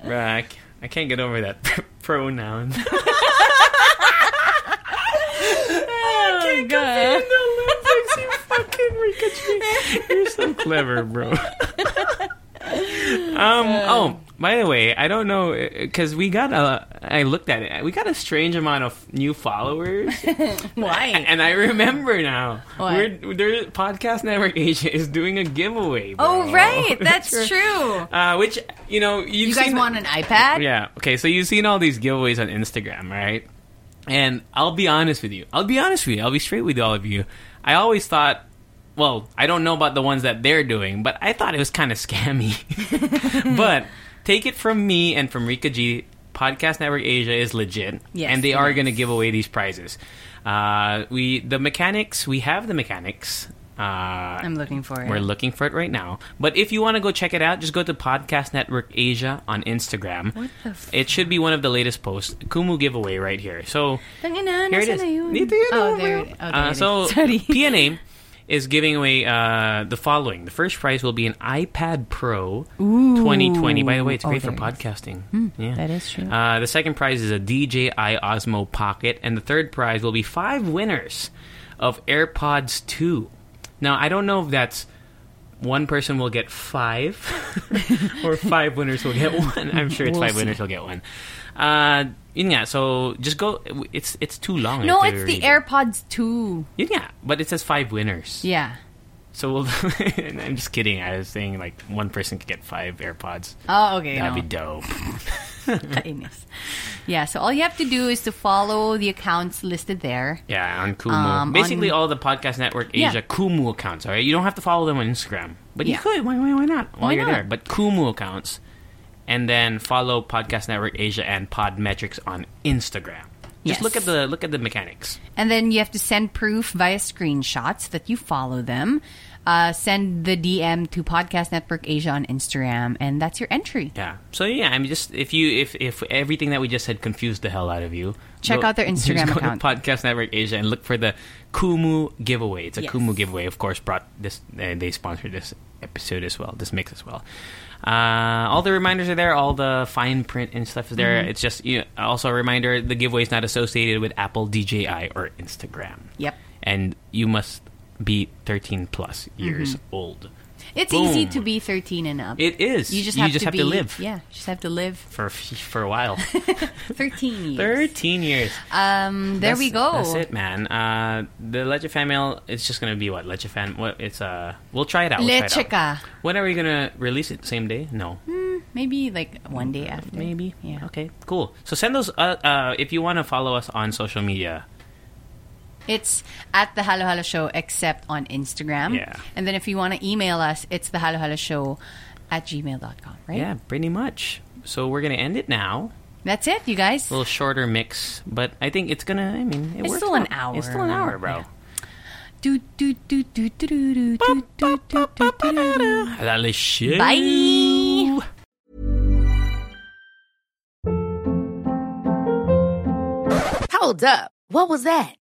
S3: Uh, I c- I can't get over that [laughs] pronoun.
S2: Oh, God.
S3: fucking You're so clever, bro. um. Oh, by the way, I don't know because we got a. I looked at it. We got a strange amount of
S2: [laughs]
S3: new followers,
S2: [laughs] Why?
S3: and I remember now.
S2: What?
S3: We're, their podcast network Asia is doing a giveaway. Bro.
S2: Oh,
S3: [laughs]
S2: right. That's true.
S3: Uh, which you know you've
S2: You guys
S3: seen-
S2: want an iPad?
S3: yeah. Okay, so you've seen all these giveaways on Instagram, right? And I'll be honest with you. I'll be honest with you. I'll be straight with all of you. I always thought, well, I don't know about the ones that they're doing, but I thought it was kind of scammy. [laughs] but take it from me and from Rika G, Podcast Network Asia is legit,
S2: Yes,
S3: and they
S2: it
S3: are
S2: is.
S3: going to give away these prizes. Uh, we the mechanics. We have the mechanics. Uh,
S2: I'm looking for it.
S3: we're looking for it right now. But if you want to go check it out, just go to Podcast Network Asia on Instagram.
S2: What the f-
S3: it should be one of the latest posts. Kumu giveaway right here. So
S2: Tangina,
S3: here it
S2: nasaan
S3: is.
S2: na yun?
S3: Dito yun,
S2: Oh,
S3: oh,
S2: there it
S3: bro.
S2: is. Oh, there
S3: Uh,
S2: it is. [laughs]
S3: so
S2: Sorry.
S3: PNA is giving away uh, the following. The first prize will be an iPad Pro 2020. By the way, it's
S2: Oh,
S3: great for
S2: there it is.
S3: podcasting. yeah.
S2: Hmm, that is true.
S3: Uh, the second prize is a DJI Osmo Pocket, and the third prize will be five winners of AirPods 2. Now, I don't know if that's one person will get five [laughs] or five winners will get one. I'm sure it's
S2: We'll
S3: five
S2: see.
S3: winners will get one. Uh, yun nga, so just go. It's it's too long.
S2: No,
S3: to
S2: it's the
S3: read it.
S2: AirPods 2.
S3: Yun nga, but it says five winners.
S2: Yeah.
S3: So we'll, [laughs] I'm just kidding. I was saying like one person could get five AirPods.
S2: Oh, okay.
S3: That'd
S2: no.
S3: be dope.
S2: Kainis. Yeah, so all you have to do is to follow the accounts listed there.
S3: Yeah, on Kumu.
S2: Um,
S3: Basically,
S2: on-
S3: all the Podcast Network
S2: Yeah.
S3: Asia Kumu accounts. All right, you don't have to follow them on Instagram, but you
S2: Yeah.
S3: could. Why, why, why not? While
S2: Why
S3: you're
S2: not?
S3: there, but Kumu accounts, and then follow Podcast Network Asia and Podmetrics on Instagram. Just
S2: Yes.
S3: look at the look at the mechanics.
S2: And then you have to send proof via screenshots that you follow them. Uh, send the DM to Podcast Network Asia on Instagram, and that's your entry.
S3: Yeah. So yeah, I mean, just if you if if everything that we just said confused the hell out of you,
S2: Check out their Instagram
S3: [laughs] just go
S2: account.
S3: to Podcast Network Asia and look for the Kumu giveaway. It's a
S2: Yes.
S3: Kumu giveaway. Of course, brought this. Uh, they sponsored this episode as well. This mix as well. Uh, all the reminders are there. All the fine print and stuff is there.
S2: Mm-hmm.
S3: It's just you know, also a reminder: the giveaway is not associated with Apple, DJI, or Instagram.
S2: Yep.
S3: And you must be 13 plus years
S2: Mm-hmm.
S3: old.
S2: It's
S3: Boom.
S2: easy to be 13 and up.
S3: It is.
S2: you just have, to, be-
S3: live
S2: Yeah, you just have to live
S3: for a f- for
S2: [laughs]
S3: a while.
S2: 13 years.
S3: 13 years.
S2: Um, there
S3: That's-
S2: we go.
S3: That's it, man. Uh, the Leche Fan Mail, it's just going to be what? Leche Fan? What, it's, uh, we'll try it out. We'll try it out.
S2: Leche ka.
S3: When are we going to release it? Same day? No.
S2: Maybe like one day after.
S3: Maybe.
S2: Hmm. Yeah.
S3: Okay, cool. So send those, uh, uh, if you want to follow us on social media.
S2: It's at the Halo Halo Show, except on Instagram.
S3: Yeah.
S2: And then if you want to email us, it's the Halo Halo Show at gmail.com, right?
S3: Yeah, pretty much. So we're going to end it now.
S2: That's it, you guys.
S3: A little shorter mix, but I think it's going to, I mean, it
S2: It's
S3: works
S2: still an
S3: out. It's
S2: hour.
S3: still an hour, bro.
S2: Yeah. Do, do, do, do, do, do, do, do, do, do, do, do, do.
S3: Lale Show.
S2: Bye.
S1: Hold up. What was that?